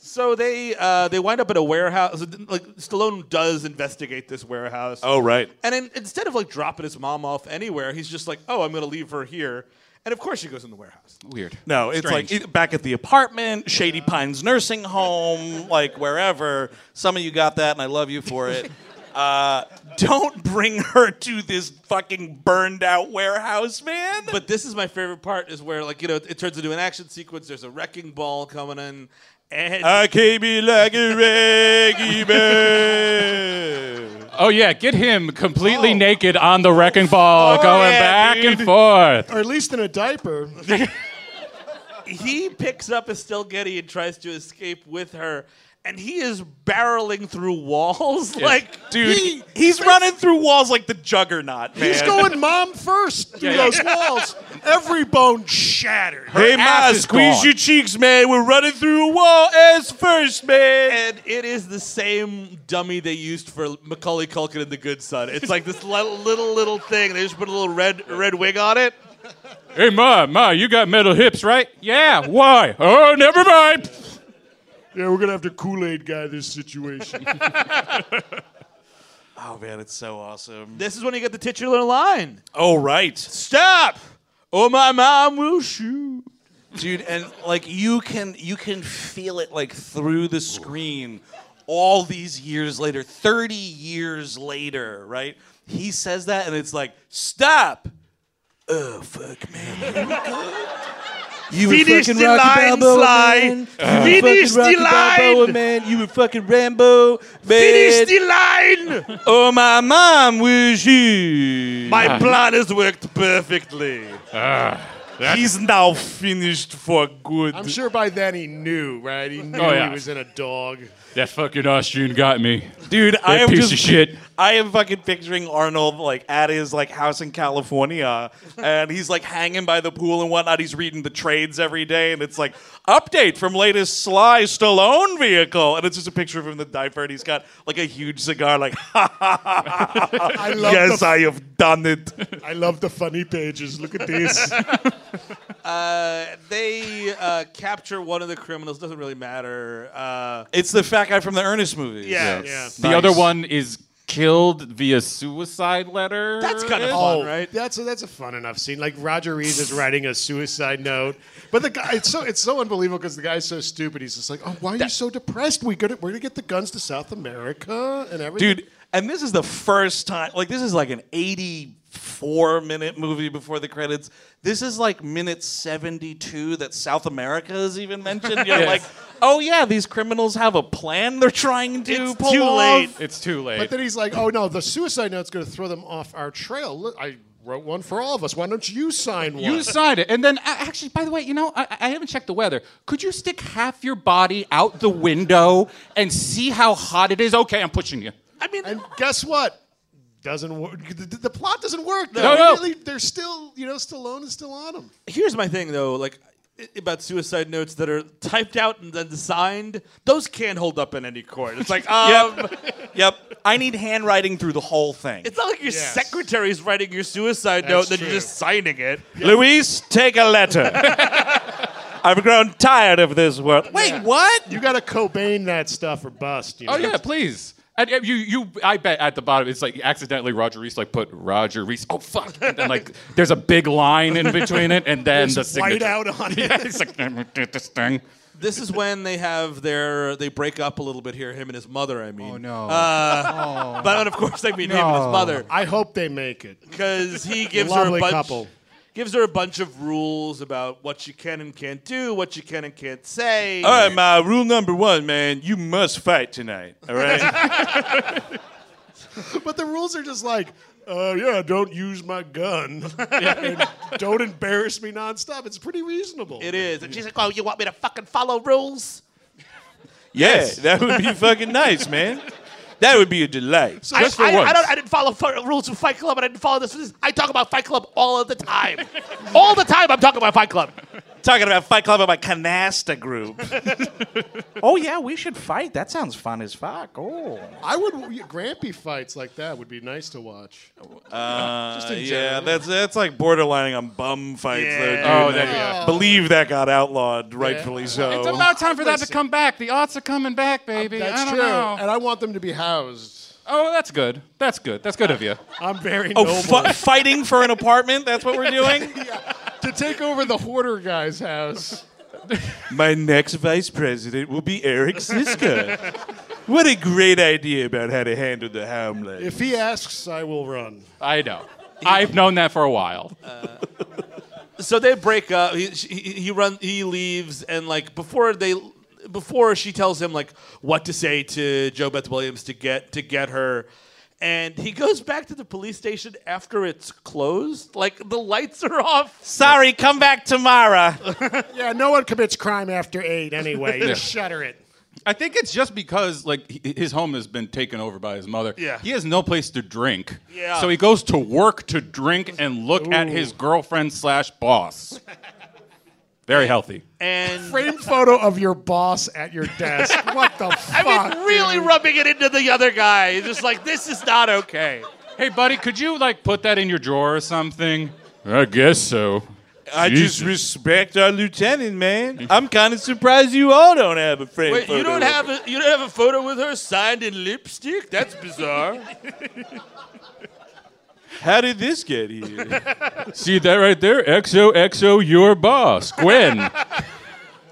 So they uh, they wind up at a warehouse. Like Stallone does investigate this warehouse.
Oh, right.
And in, instead of like dropping his mom off anywhere, he's just like, "Oh, I'm going to leave her here," and of course she goes in the warehouse.
Weird.
No, it's
Strange.
like it- back at the apartment, Shady Pines Nursing Home, like wherever. Some of you got that, and I love you for it. Uh, don't bring her to this fucking burned out warehouse, man.
But this is my favorite part: is where like you know it, it turns into an action sequence. There's a wrecking ball coming in, and
I came in like a reggae man.
Oh yeah, get him completely naked on the wrecking ball,
Oh,
going
yeah,
back
dude.
and forth.
Or at least in a diaper.
he picks up Estelle Getty and tries to escape with her, and he is barreling through walls
Yeah.
like
Dude, he's running through walls like the juggernaut, man.
He's going mom first through
Yeah, yeah.
those walls. Every bone shattered.
hey, Ma, squeeze your cheeks, man. We're running through a wall as first, man.
And it is the same dummy they used for Macaulay Culkin in The Good Son. It's like this li- little little thing. They just put a little red red wig on it.
Hey ma, ma, you got metal hips, right? Yeah. Why? Oh, never mind.
Yeah, we're gonna have to Kool Aid guy this situation.
Oh man, it's so awesome.
This is when you get the titular line.
Oh right.
Stop! Or my mom will shoot.
Dude, and like you can you can feel it like through the screen all these years later, 30 years later, right? He says that and it's like, stop! Oh fuck man. You were
Finish
fucking
the
Rocky
line,
Balboa,
Sly.
man. You were
Finish
fucking Rocky
the line.
Balboa, man. You were fucking Rambo, man.
Finish the
line.
Oh, my mom was you.
My plan has worked perfectly.
He's now finished for good.
I'm sure by then he knew, right? He knew
Oh, yeah.
he was in a dog.
That fucking Austrian got me,
Dude,
That
I am
piece
just,
of shit.
I am fucking picturing Arnold like at his like house in California, and he's like hanging by the pool and whatnot. He's reading the trades every day, and it's like update from latest Sly Stallone vehicle, and it's just a picture of him in the diaper, and he's got like a huge cigar, like ha ha ha, ha ha.
I
ha.
love
Yes,
the-
I have done it.
I love the funny pages. Look at this.
Uh, they uh, capture one of the criminals. Doesn't really matter. Uh,
It's the fat guy from the Ernest movies.
Yeah,
The other one is killed via suicide letter.
That's
kind
of
fun, right? Oh, That's a, that's a fun enough scene. Like Roger Reed is writing a suicide note, but the guy it's so it's so unbelievable because the guy's so stupid. He's just like, oh, why are you so depressed? We gonna we're gonna get the guns to South America and everything.
dude. And this is the first time. Like this is like an eighty-four minute movie before the credits. This is like minute seventy-two that South America is even mentioned. You're
Yes.
like, oh yeah, these criminals have a plan. They're trying to pull off.
It's too late.
But then he's like, oh no, the suicide note's gonna throw them off our trail. Look, I wrote one for all of us. Why don't you sign one?
You signed it. And then, a- actually, by the way, you know, I, I haven't checked the weather. Could you stick half your body out the window and see how hot it is? Okay, I'm pushing you.
I mean,
and guess what? Doesn't work. The, the- the plot doesn't work.
No,
They
no.
Really, they're still, you know, Stallone is still on them.
Here's my thing though, like i- about suicide notes that are typed out and then signed, those can't hold up in any court. It's like, um,
yep. yep. I need handwriting through the whole thing.
it's not like your secretary's writing your suicide
That's
note and then
true.
you're just signing it.
Luis, take a letter. I've grown tired of this world. Wait, what?
You gotta Cobain that stuff or bust. You know?
Oh yeah, please. And, and you, you, I bet at the bottom it's like accidentally Roger Reese like put Roger Reese. Oh fuck! And then like there's a big line in between it, and then the
There's
signature.
whiteout on it.
Yeah, it's like "I'm gonna do this thing.
This is when they have their they break up a little bit here, him and his mother, I mean. Oh
no.
Uh,
Oh.
But of course I mean him and his mother.
I hope they make it.
Because he gives her a
Lovely
bunch
couple.
gives her a bunch of rules about what she can and can't do, what she can and can't say.
All right, my rule number one, man, you must fight tonight. All right.
but the rules are just like,
"Oh,
uh, yeah, don't use my gun. And don't embarrass me nonstop. It's pretty reasonable.
It is. And she's like, oh, you want me to fucking follow rules?
yes, that would be fucking nice, man. That would be a delight.
I, I, I, don't, I didn't follow fu- rules of Fight Club, and I didn't follow this. this. I talk about Fight Club all of the time. all the time, I'm talking about Fight Club.
Talking about Fight Club about Canasta Group. oh yeah, we should fight. That sounds fun as fuck. Oh.
I would Grampy fights like that would be nice to watch.
Uh,
Just in
yeah,
general.
that's that's like borderlining on bum fights. though, dude.
Yeah. Oh,
I
yeah.
believe that got outlawed, rightfully so.
It's about time for that to come back. The odds are coming back, baby.
Uh, That's
I don't
true, Uh,
know.
and I want them to be housed.
Oh, that's good. That's good. That's good of you.
I'm very
Oh,
noble.
fi- fighting for an apartment? That's what we're doing?
to take over the hoarder guy's house.
My next vice president will be Eric Siska. what a great idea about how to handle the homeland.
If he asks, I will run.
I know. I've known that for a while.
so they break up. He, she- he, he run. He leaves, and like before they, before she tells him like what to say to Joe Beth Williams to get to get her, and he goes back to the police station after it's closed. Like the lights are off.
Sorry, come back tomorrow.
yeah, no one commits crime after eight anyway.
Yeah.
Just shutter it.
I think it's just because like h- his home has been taken over by his mother.
Yeah.
He has no place to drink.
Yeah.
So he goes to work to drink and look at his girlfriend slash boss. Very healthy.
And
frame photo of your boss at your desk. What the fuck?
I mean, really
dude?
rubbing it into the other guy. He's just like, this is not okay.
Hey buddy, could you like put that in your drawer or something? I guess so.
I just
Jesus.
respect our lieutenant, man. I'm kind of surprised you all don't have a friend.
Wait, you don't have a you don't have a photo with her signed in lipstick? That's bizarre.
How did this get here?
See that right there? XOXO your boss, Gwen.
um,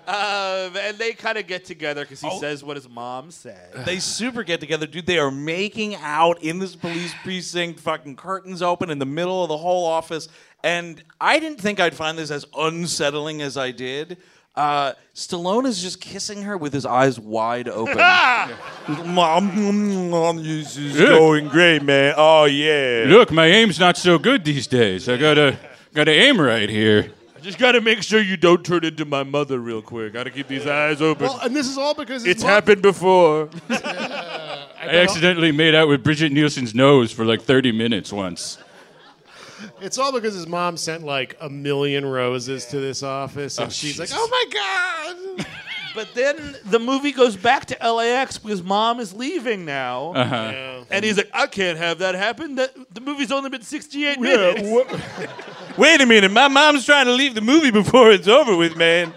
and they kind of get together because he says what his mom said.
They super get together, dude. They are making out in this police precinct, fucking curtains open in the middle of the whole office. And I didn't think I'd find this as unsettling as I did. Uh, Stallone is just kissing her with his eyes wide open.
Mom, mom, this is
Look.
going great, man. Oh yeah.
Look, my aim's not so good these days. I gotta gotta aim right here.
I just got to make sure you don't turn into my mother real quick. Got to keep these eyes open.
Well, and this is all because his
it's
mom-
happened before.
I accidentally made out with Bridget Nielsen's nose for like 30 minutes once.
It's all because his mom sent like a million roses to this office, and
Oh,
she's
Jesus.
like, "Oh my god!"
but then the movie goes back to LAX because mom is leaving now.
Uh-huh.
And he's like, I can't have that happen. That, the movie's only been 68 minutes.
Wait a minute, my mom's trying to leave the movie before it's over with, man.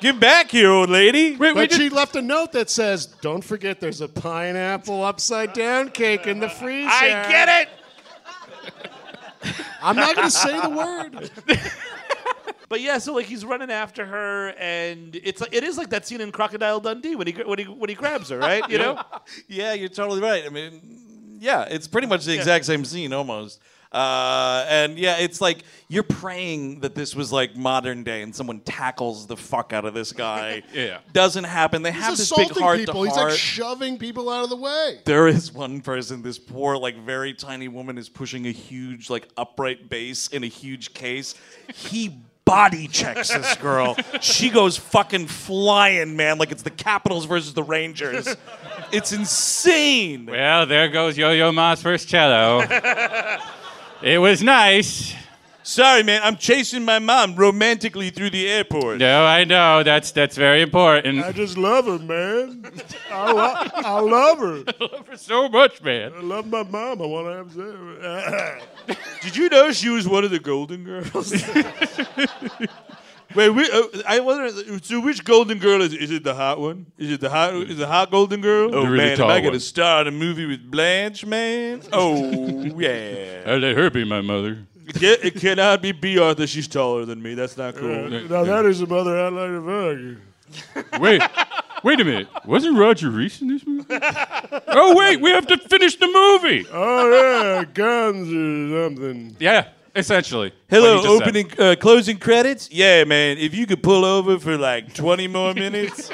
Get back here, old lady.
Wait,
But she left a note that says, "Don't forget, there's a pineapple upside down cake in the freezer."
I get it.
I'm not gonna say the word.
But yeah, so like he's running after her, and it's like it is like that scene in Crocodile Dundee when he gra- when he when he grabs her, right? You know,
yeah, you're totally right. I mean, yeah, it's pretty much the exact same scene almost. Uh, and yeah, it's like you're praying that this was like modern day and someone tackles the fuck out of this guy.
Yeah.
Doesn't happen. They have
He's
this big
assaulting
heart
people.
to
He's
heart.
like shoving people out of the way.
there is one person, this poor, like very tiny woman is pushing a huge, like upright base in a huge case. He body checks this girl. she goes fucking flying, man, like it's the Capitals versus the Rangers. It's insane.
Well, there goes Yo Yo Ma's first cello. it was nice.
Sorry, man. I'm chasing my mom romantically through the airport.
No, I know. That's that's very important.
I just love her, man. I, lo- I love her.
so much, man.
I love my mom. I want to have sex.
Did you know she was one of the Golden Girls? Wait, we, uh, I wonder. So, which Golden Girl is? Is it the hot one? Is it the hot? Is the hot Golden Girl?
Oh
The really
man, am
tall
I gonna
one.
star in a movie with Blanche, man? Oh yeah.
I let her be my mother.
Get- it cannot be B. Arthur. She's taller than me. That's not cool.
now that is a mother I like to fuck.
Wait, wait a minute. Wasn't Roger Reese in this movie? oh wait, we have to finish the movie.
Oh yeah, guns or something.
Yeah, essentially.
Hello,
What he just said.
opening, uh, closing credits. Yeah, man. If you could pull over for like 20 more minutes.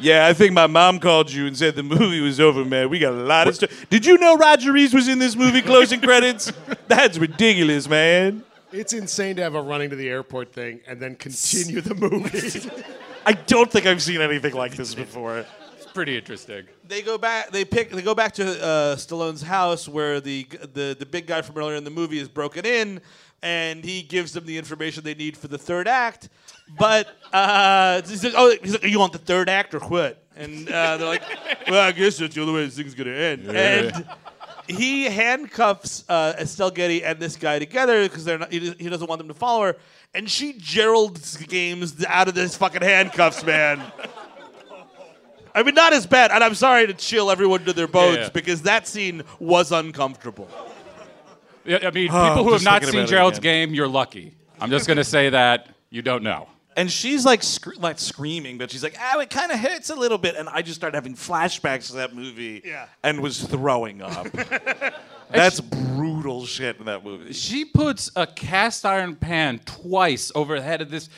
yeah, I think my mom called you and said the movie was over, man. We got a lot of stuff. Did you know Roger Reese was in this movie closing credits? That's ridiculous, man.
It's insane to have a running to the airport thing and then continue the movie.
I don't think I've seen anything like this before.
It's pretty interesting.
They go back. They pick. They go back to uh, Stallone's house where the the the big guy from earlier in the movie is broken in, and he gives them the information they need for the third act. But uh, he's like, "Oh, he's like, you want the third act or quit?" And uh, they're like, "Well, I guess that's the only way this thing's gonna end." And he handcuffs uh, Estelle Getty and this guy together because they're not, he, he doesn't want them to follow her, and she Gerald's games out of this fucking handcuffs, man. I mean, not as bad, and I'm sorry to chill everyone to their bones
yeah.
because that scene was uncomfortable.
Yeah, I mean,
Oh,
people who have
just
not
thinking
seen
about it
Gerald's game, you're lucky. I'm just going to say that you don't know.
And she's like, scr- like screaming, but she's like, "Ow, it kind of hurts a little bit." And I just started having flashbacks to that movie,
Yeah.
and was throwing up. That's brutal shit in that movie.
She puts a cast iron pan twice over the head of this.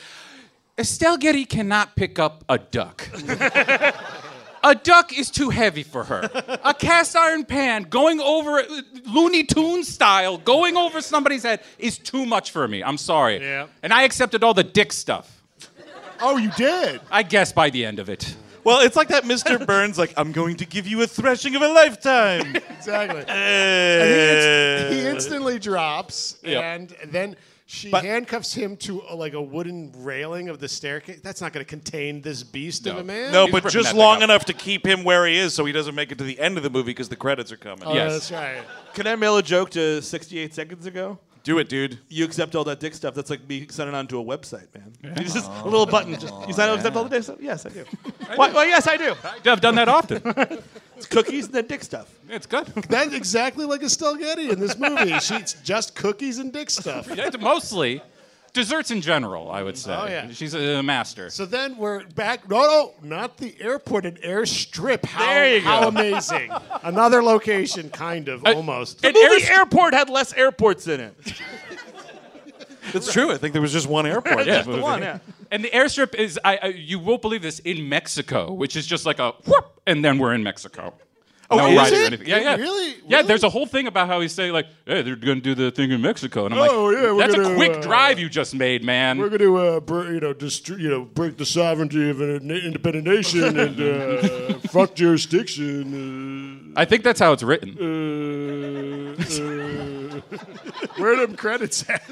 Estelle Getty cannot pick up a duck. a duck is too heavy for her. A cast iron pan going over, Looney Tunes style, going over somebody's head is too much for me. I'm sorry.
Yeah.
And I accepted all the dick stuff.
Oh, you did?
I guess by the end of it.
Well, it's like that Mr. Burns, like, I'm going to give you a threshing of a lifetime.
exactly.
Eh.
And he, inst- he instantly drops,
Yep.
and then she handcuffs him to a, like a wooden railing of the staircase. That's not going to contain this beast of a man.
No, but just long enough to keep him where he is so he doesn't make it to the end of the movie because the credits are coming.
Oh, Yes. that's
right.
Can I mail a joke to 68 seconds ago?
Do it, dude.
You accept all that dick stuff. That's like me signing on to a website, man. It's just a little button. Just you sign up, accept all the dick stuff. Yes, I do. Why, well, yes, I do.
I've done that often.
it's cookies and then dick stuff.
It's good.
That's exactly like Estelle Getty in this movie. she eats just cookies and dick stuff.
Yeah, Mostly desserts in general, I would say.
Oh, yeah.
She's a, a master.
So then we're back. No, no, not the airport, an airstrip. How,
There you go.
how amazing. Another location, kind of, almost.
The movie Airport had less airports in it.
That's true. I think there was just one airport. in
Yeah.
that movie.
And the airstrip is, I, I you won't believe this, in Mexico, which is just like a whoop, and then we're in Mexico.
Oh,
no
is
ride or
it?
anything. Yeah, yeah.
Really?
Yeah, there's a whole thing about how he's saying, like, hey, they're going to do the thing in Mexico. And I'm
Oh, yeah, we're
like, that's
gonna,
a quick
uh,
drive you just made, man.
We're going to, uh, br- you know, distr- you know, break the sovereignty of an independent nation and uh, fuck jurisdiction.
I think that's how it's written.
Uh, uh, uh.
Where are them credits at?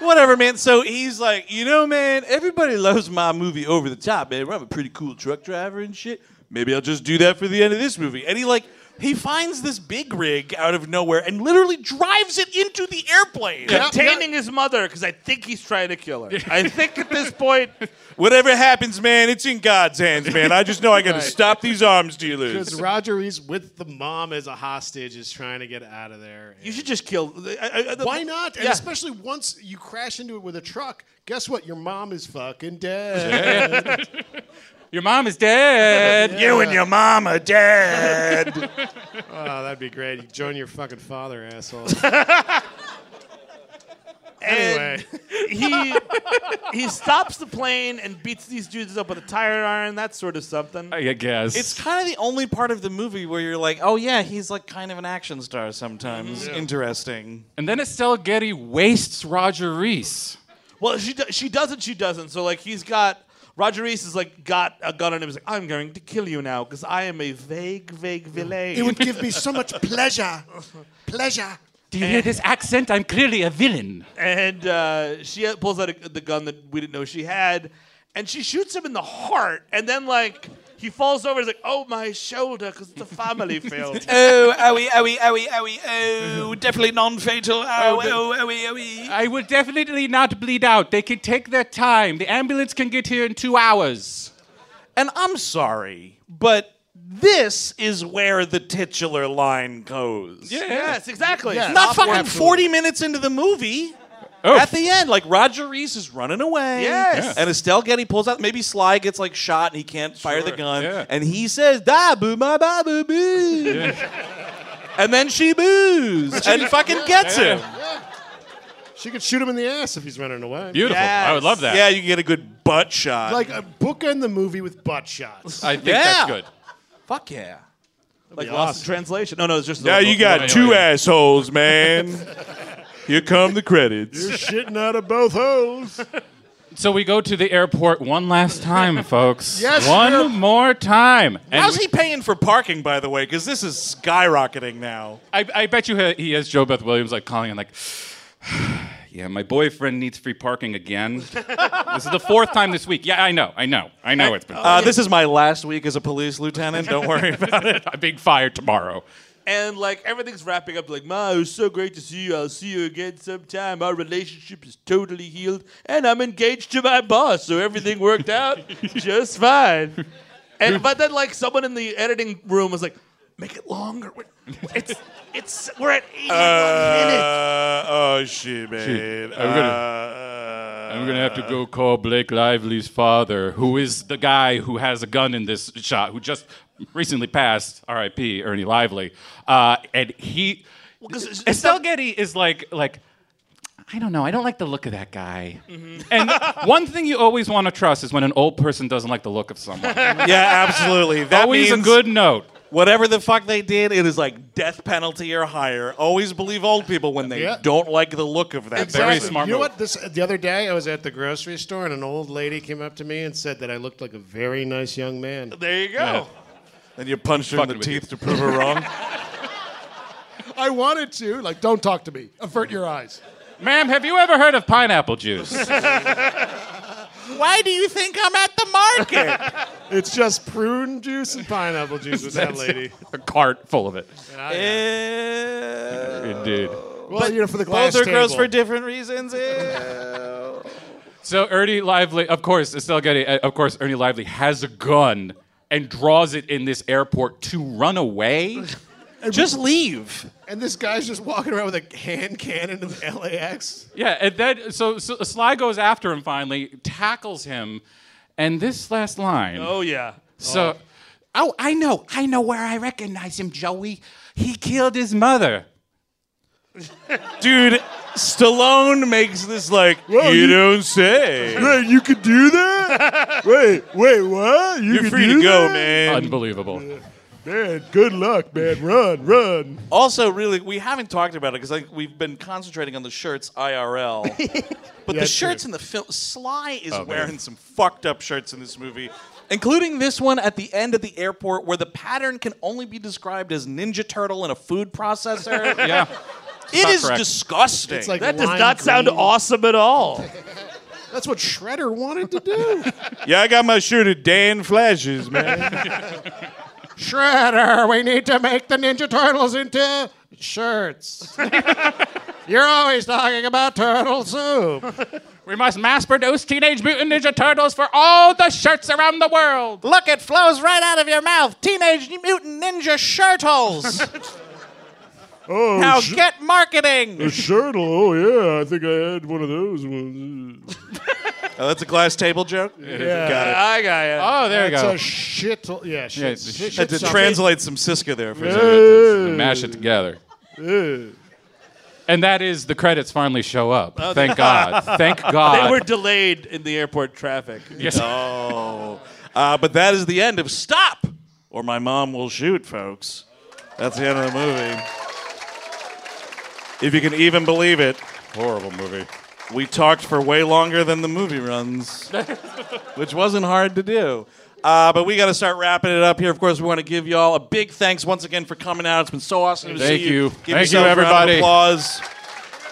Whatever, man. So he's like, you know, man, everybody loves my movie over the top, man. I'm a pretty cool truck driver and shit. Maybe I'll just do that for the end of this movie. And he like he finds this big rig out of nowhere and literally drives it into the airplane.
Containing his mother because I think he's trying to kill her. I think at this point,
Whatever happens, man, it's in God's hands, man. I just know I got to
Right.
stop these arms
Because
dealers.
Roger East, with the mom as a hostage, is trying to get out of there.
you should just kill. I- I-
Why not? And
Yeah.
especially once you crash into it with a truck, guess what? Your mom is fucking dead.
Your mom is dead.
You and your
mom are dead.
oh, that'd be great. You join your fucking father, asshole.
And he he stops the plane and beats these dudes up with a tire iron, that sort of something.
I guess.
It's kind of the only part of the movie where you're like, oh yeah, he's like kind of an action star sometimes. Interesting.
And then Estelle Getty wastes Roger Reese.
Well, she do- she doesn't. She doesn't. So like he's got Roger Reese is like got a gun on him. He's like, I'm going to kill you now because I am a vague, vague villain.
It would give me so much pleasure.
Pleasure.
Do you hear this accent? I'm clearly a villain.
And uh, she pulls out a, the gun that we didn't know she had, and she shoots him in the heart. And then like he falls over. He's like, Oh my shoulder, because it's a family film.
oh, owie, owie, owie, owie, oh, definitely non-fatal. Oh, oh, owie, owie.
I will definitely not bleed out. They can take their time. The ambulance can get here in two hours.
And I'm sorry, but this is where the titular line goes.
Yes, exactly.
Not
Stop
fucking
absolutely.
40 minutes into the movie.
Oh,
At the end, like Roger Reese is running away.
Yes. Yeah.
And Estelle Getty pulls out. Maybe Sly gets like shot and he can't fire the
Sure.
gun.
Yeah.
And he says, Da boo my ba boo boo. And then she boos and fucking gets him.
She could shoot him in the ass if he's running away.
Yeah, you can get a good butt shot.
Like a bookend the movie with butt shots.
I think that's Yeah. good. Fuck yeah.
Like lost in translation. No, no, it's just
Now you got two assholes, man. Here come the credits.
You're shitting out of both holes.
So we go to the airport one last time, folks.
Yes,
one
sir.
more time.
How's he paying for parking, by the way? Because this is skyrocketing now.
I, I bet you he has Joe Beth Williams like calling and like, Yeah, my boyfriend needs free parking again. this is the fourth time this week. Yeah, I know, I know, I know it's been.
Oh,
Uh, this is my last week as a police lieutenant. Don't worry about it.
I'm being fired tomorrow.
And like everything's wrapping up, like, Ma, it was so great to see you. I'll see you again sometime. Our relationship is totally healed, and I'm engaged to my boss, so everything worked out just fine. And but then like someone in the editing room was like, make it longer. It's it's we're at 81 minutes.
Uh, oh shit, man.
Shit, I'm
Uh,
Uh,
I'm gonna have to go call Blake Lively's father, who is the guy who has a gun in this shot, who just recently passed, R.I.P. Ernie Lively, uh, and he. Estelle Getty is like like. I don't know. I don't like the look of that guy.
Mm-hmm.
And one thing you always want to trust is when an old person doesn't like the look of someone.
Uh, yeah, absolutely. That
Always a
means
good note.
Whatever the fuck they did, it is like death penalty or higher. Always believe old people when they
Yeah.
don't like the look of that.
Exactly. You know what? This the other day I was at the grocery store and an old lady came up to me and said that I looked like a very nice young man.
There you go.
Then you punched her in the teeth to prove her wrong.
I wanted to. Like, don't talk to me. Avert your eyes.
Ma'am, have you ever heard of pineapple juice?
Why do you think I'm at the market?
It's just prune juice and pineapple juice with that
That's
lady.
A cart full of it.
Uh,
Eh,
Indeed.
Well, you know, for the glass
Both are gross
table.
for different reasons. Eh.
So Ernie Lively, of course, Estelle Getty, uh, of course, Ernie Lively has a gun and draws it in this airport to run away. Just leave.
And this guy's just walking around with a hand cannon in the LAX.
Yeah, and then so, so Sly goes after him finally, tackles him, and this last line.
Oh yeah.
So, oh. I know, I know where I recognize him, Joey. He killed his mother.
Dude, Stallone makes this like
Well,
you,
you-
don't say.
Wait, you could do that? wait, wait, what? You
You're
could
free
do
to go,
that?
man.
Unbelievable.
Man, good luck, man. Run, run.
Also, really, we haven't talked about it because like we've been concentrating on the shirts IRL. but the
true.
shirts in the film, Sly is
Oh, man.
wearing some fucked up shirts in this movie, including this one at the end at the airport where the pattern can only be described as Ninja Turtle and a food processor.
Yeah.
It
Not
is
correct.
disgusting.
It's like That does lime not sound green. awesome at all.
That's what Shredder wanted to do.
Yeah, I got my shirt at Dan Flashes, man.
Shredder, we need to make the Ninja Turtles into shirts. You're always talking about turtle soup.
We must mass produce Teenage Mutant Ninja Turtles for all the shirts around the world.
Look, it flows right out of your mouth. Teenage Mutant Ninja Shirtles.
Oh,
now
sh-
get marketing.
a shirtle. Oh yeah, I think I had one of those ones.
Oh, that's a glass table joke.
Yeah.
Got it.
I got it.
Oh, there you
That's
go.
a shittle. Yeah, shit.
Yeah, it's a
shit
Had to
something.
translate some Siska there for a
Yeah.
second.
Mash it together. And that is the credits finally show up.
Oh,
Thank
they-
God. Thank God.
Uh,
They were delayed in the airport traffic.
Yes.
Oh. Uh, but that is the end of Stop, or My Mom Will Shoot, folks. That's the end of the movie. If you can even believe it.
Horrible movie.
We talked for way longer than the movie runs, which wasn't hard to do. Uh, but we got to start wrapping it up here. Of course, we want to give y'all a big thanks once again for coming out. It's been so awesome to
Thank
see you.
you.
Give
Thank
yourselves
you,
a round of
everybody.
applause.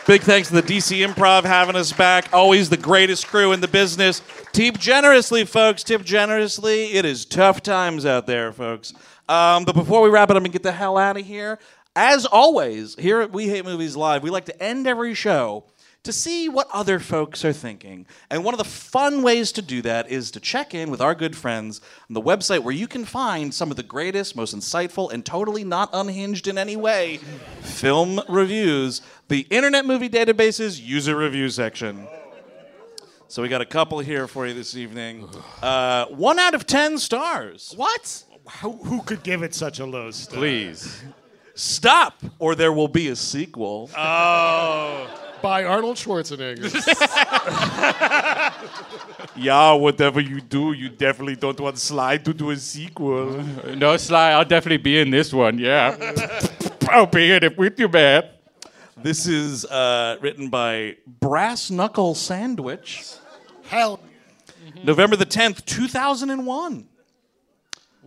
Big thanks to the DC Improv having us back. Always the greatest crew in the business. Tip generously, folks. Tip generously. It is tough times out there, folks. Um, but before we wrap it up and get the hell out of here, as always, here at We Hate Movies Live, we like to end every show to see what other folks are thinking. And one of the fun ways to do that is to check in with our good friends on the website where you can find some of the greatest, most insightful, and totally not unhinged in any way film reviews, the Internet Movie Database's user review section. So we got a couple here for you this evening. Uh, one out of ten stars. What?
Who, who could give it such a low star?
Please.
Stop, or there will be a sequel.
Uh,
Oh. By Arnold Schwarzenegger.
yeah, whatever you do, you definitely don't want Sly to do a sequel.
No, Sly, I'll definitely be in this one, yeah. I'll be in it with you, man.
This is uh, written by Brass Knuckle Sandwich.
Hell.
November the 10th, 2001.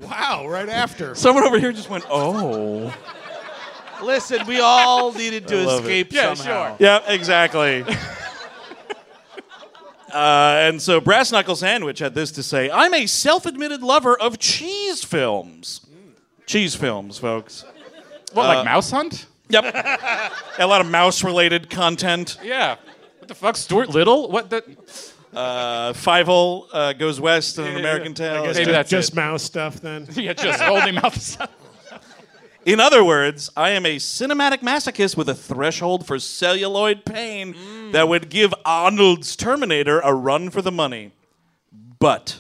Wow, right after.
Someone over here just went, oh.
Listen, we all needed
I
to
love it.
escape somehow.
Yeah, exactly. Uh, and so Brass Knuckle Sandwich had this to say I'm a self admitted lover of cheese films. Cheese films, folks.
What,
Uh,
like
Mouse Hunt? Yep. a lot of mouse related content.
Yeah. What the fuck, Stuart Little? What the?
Uh, Five Hole uh, Goes West in an
Yeah,
American
yeah, yeah.
Tale.
I guess Maybe ju- that's just it. mouse stuff then. Yeah, just only mouse stuff.
In other words, I am a cinematic masochist with a threshold for celluloid pain that would give Arnold's Terminator a run for the money. But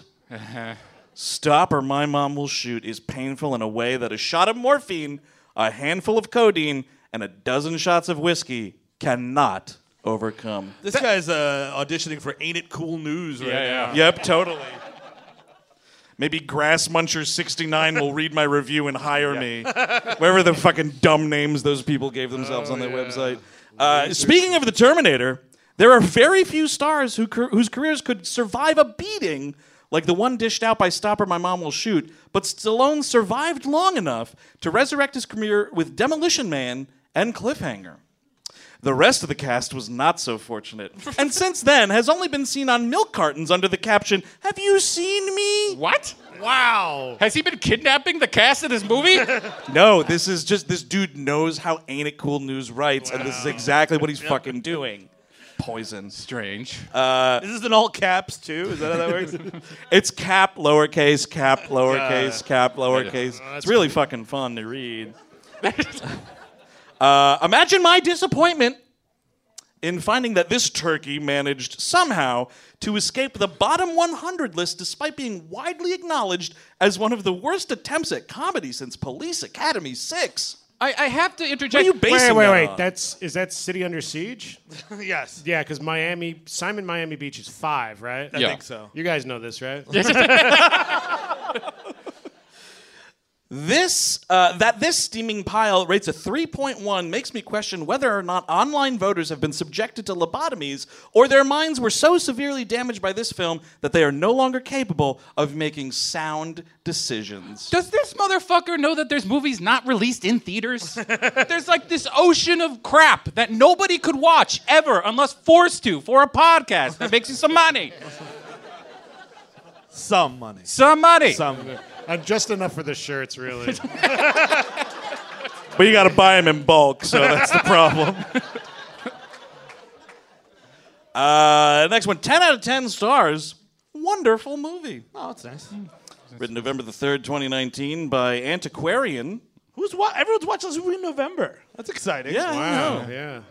Stop or My Mom Will Shoot is painful in a way that a shot of morphine, a handful of codeine, and a dozen shots of whiskey cannot overcome.
This guy's uh, auditioning for Ain't It Cool News right now.
Yep, totally. Maybe Grass Muncher 69 will read my review and hire me. Whatever the fucking dumb names those people gave themselves on their website. Uh, speaking of the Terminator, there are very few stars who, car- whose careers could survive a beating like the one dished out by Stopper My Mom Will Shoot, but Stallone survived long enough to resurrect his career with Demolition Man and Cliffhanger. The rest of the cast was not so fortunate, and since then has only been seen on milk cartons under the caption, Have you seen me?
What?
Wow.
Has he been kidnapping the cast of this movie?
No, this is just this dude knows how Ain't It Cool News writes, and this is exactly what he's fucking doing. Poison.
Strange.
Uh,
Is this in all caps too? Is that how that works?
it's cap, lowercase, cap, lowercase,
Yeah. Oh,
cap, lowercase. it's really fucking fun to read. uh, imagine my disappointment in finding that this turkey managed somehow to escape the bottom 100 list despite being widely acknowledged as one of the worst attempts at comedy since Police Academy 6.
I, I have to interject.
What are you
wait,
basing
wait,
that
wait.
on?
That's is that City Under Siege?
yes.
Yeah, because Miami, Simon Miami Beach is five, right?
I Yeah. think so.
You guys know this, right?
This uh, that this steaming pile rates a 3.1 makes me question whether or not online voters have been subjected to lobotomies or their minds were so severely damaged by this film that they are no longer capable of making sound decisions.
Does this motherfucker know that there's movies not released in theaters? there's like this ocean of crap that nobody could watch ever unless forced to for a podcast that makes you some money.
Some money.
Some money.
Some.
Uh, just enough for the shirts, really.
But you got to buy them in bulk, so that's the problem. uh, next one 10 out of 10 stars. Wonderful movie.
Oh, that's nice.
Written November the 3rd, 2019 by Antiquarian.
Who's wa- Everyone's watching this movie in November. That's exciting.
Yeah, I Wow, know.
Yeah.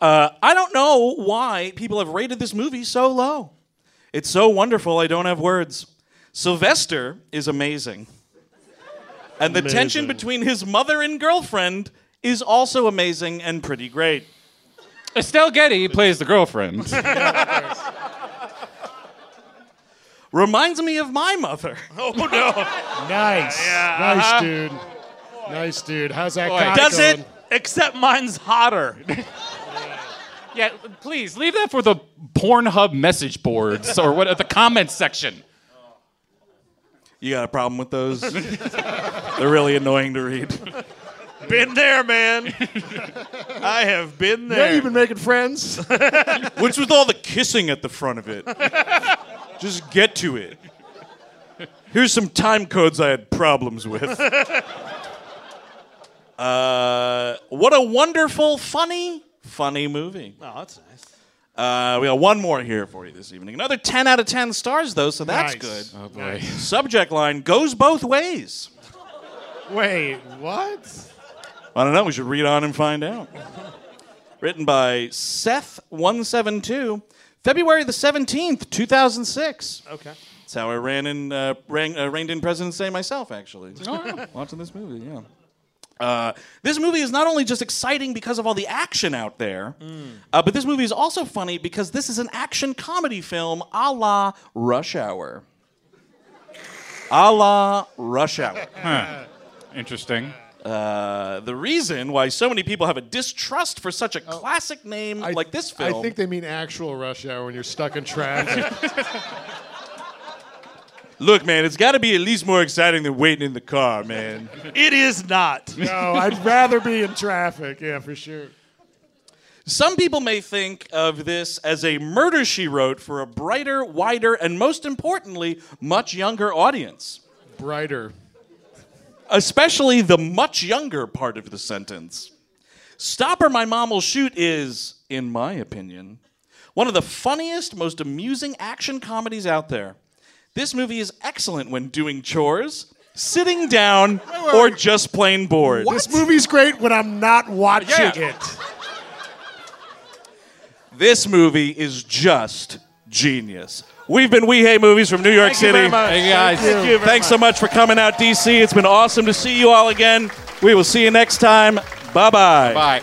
Uh, I don't know why people have rated this movie so low. It's so wonderful, I don't have words. Sylvester is amazing. And the tension
Amazing.
between his mother and girlfriend is also amazing and pretty great.
Estelle Getty plays the girlfriend.
Reminds me of my mother.
Oh, no.
Nice.
Yeah,
nice,
uh-huh.
dude. Nice, dude. How's that
Boy.
cock
Does
going?
it? Except mine's hotter.
yeah, please leave that for the Pornhub message boards or what the comments section.
You got a problem with those? They're really annoying to read.
been there, man. I have been
You know
there.
you've been making friends?
What's with all the kissing at the front of it? Just get to it. Here's some time codes I had problems with. Uh, what a wonderful, funny, funny movie.
Oh, that's nice.
Uh, we got one more here for you this evening. Another 10 out of 10 stars, though, so that's
Nice.
good.
Oh, boy. Nice.
Subject line goes both ways.
Wait, what?
I don't know. We should read on and find out. Written by Seth172, February the 17th, 2006.
Okay.
That's how I ran in, uh, ran, uh, reined in President's Day myself, actually. Watching this movie, yeah. Uh, this movie is not only just exciting because of all the action out there, uh, but this movie is also funny because this is an action comedy film a la Rush Hour. A la Rush Hour.
Interesting.
Uh, the reason why so many people have a distrust for such a classic name like this film.
I think they mean actual rush hour when you're stuck in traffic.
Look, man, it's got to be at least more exciting than waiting in the car, man.
It is not.
No, I'd rather be in traffic. Yeah, for sure.
Some people may think of this as a murder she wrote for a brighter, wider, and most importantly, much younger audience.
Brighter.
Especially the much younger part of the sentence. Stop or My Mom Will Shoot is, in my opinion, one of the funniest, most amusing action comedies out there. This movie is excellent when doing chores, sitting down, or just plain bored.
This movie's great when I'm not watching
Yeah.
it.
This movie is just genius. We've been We Hate Movies from New York
Thank you
City.
very much. Thank you, guys. Thank you very
Thanks so much for coming out, DC. It's been awesome to see you all again. We will see you next time. Bye bye.
Bye.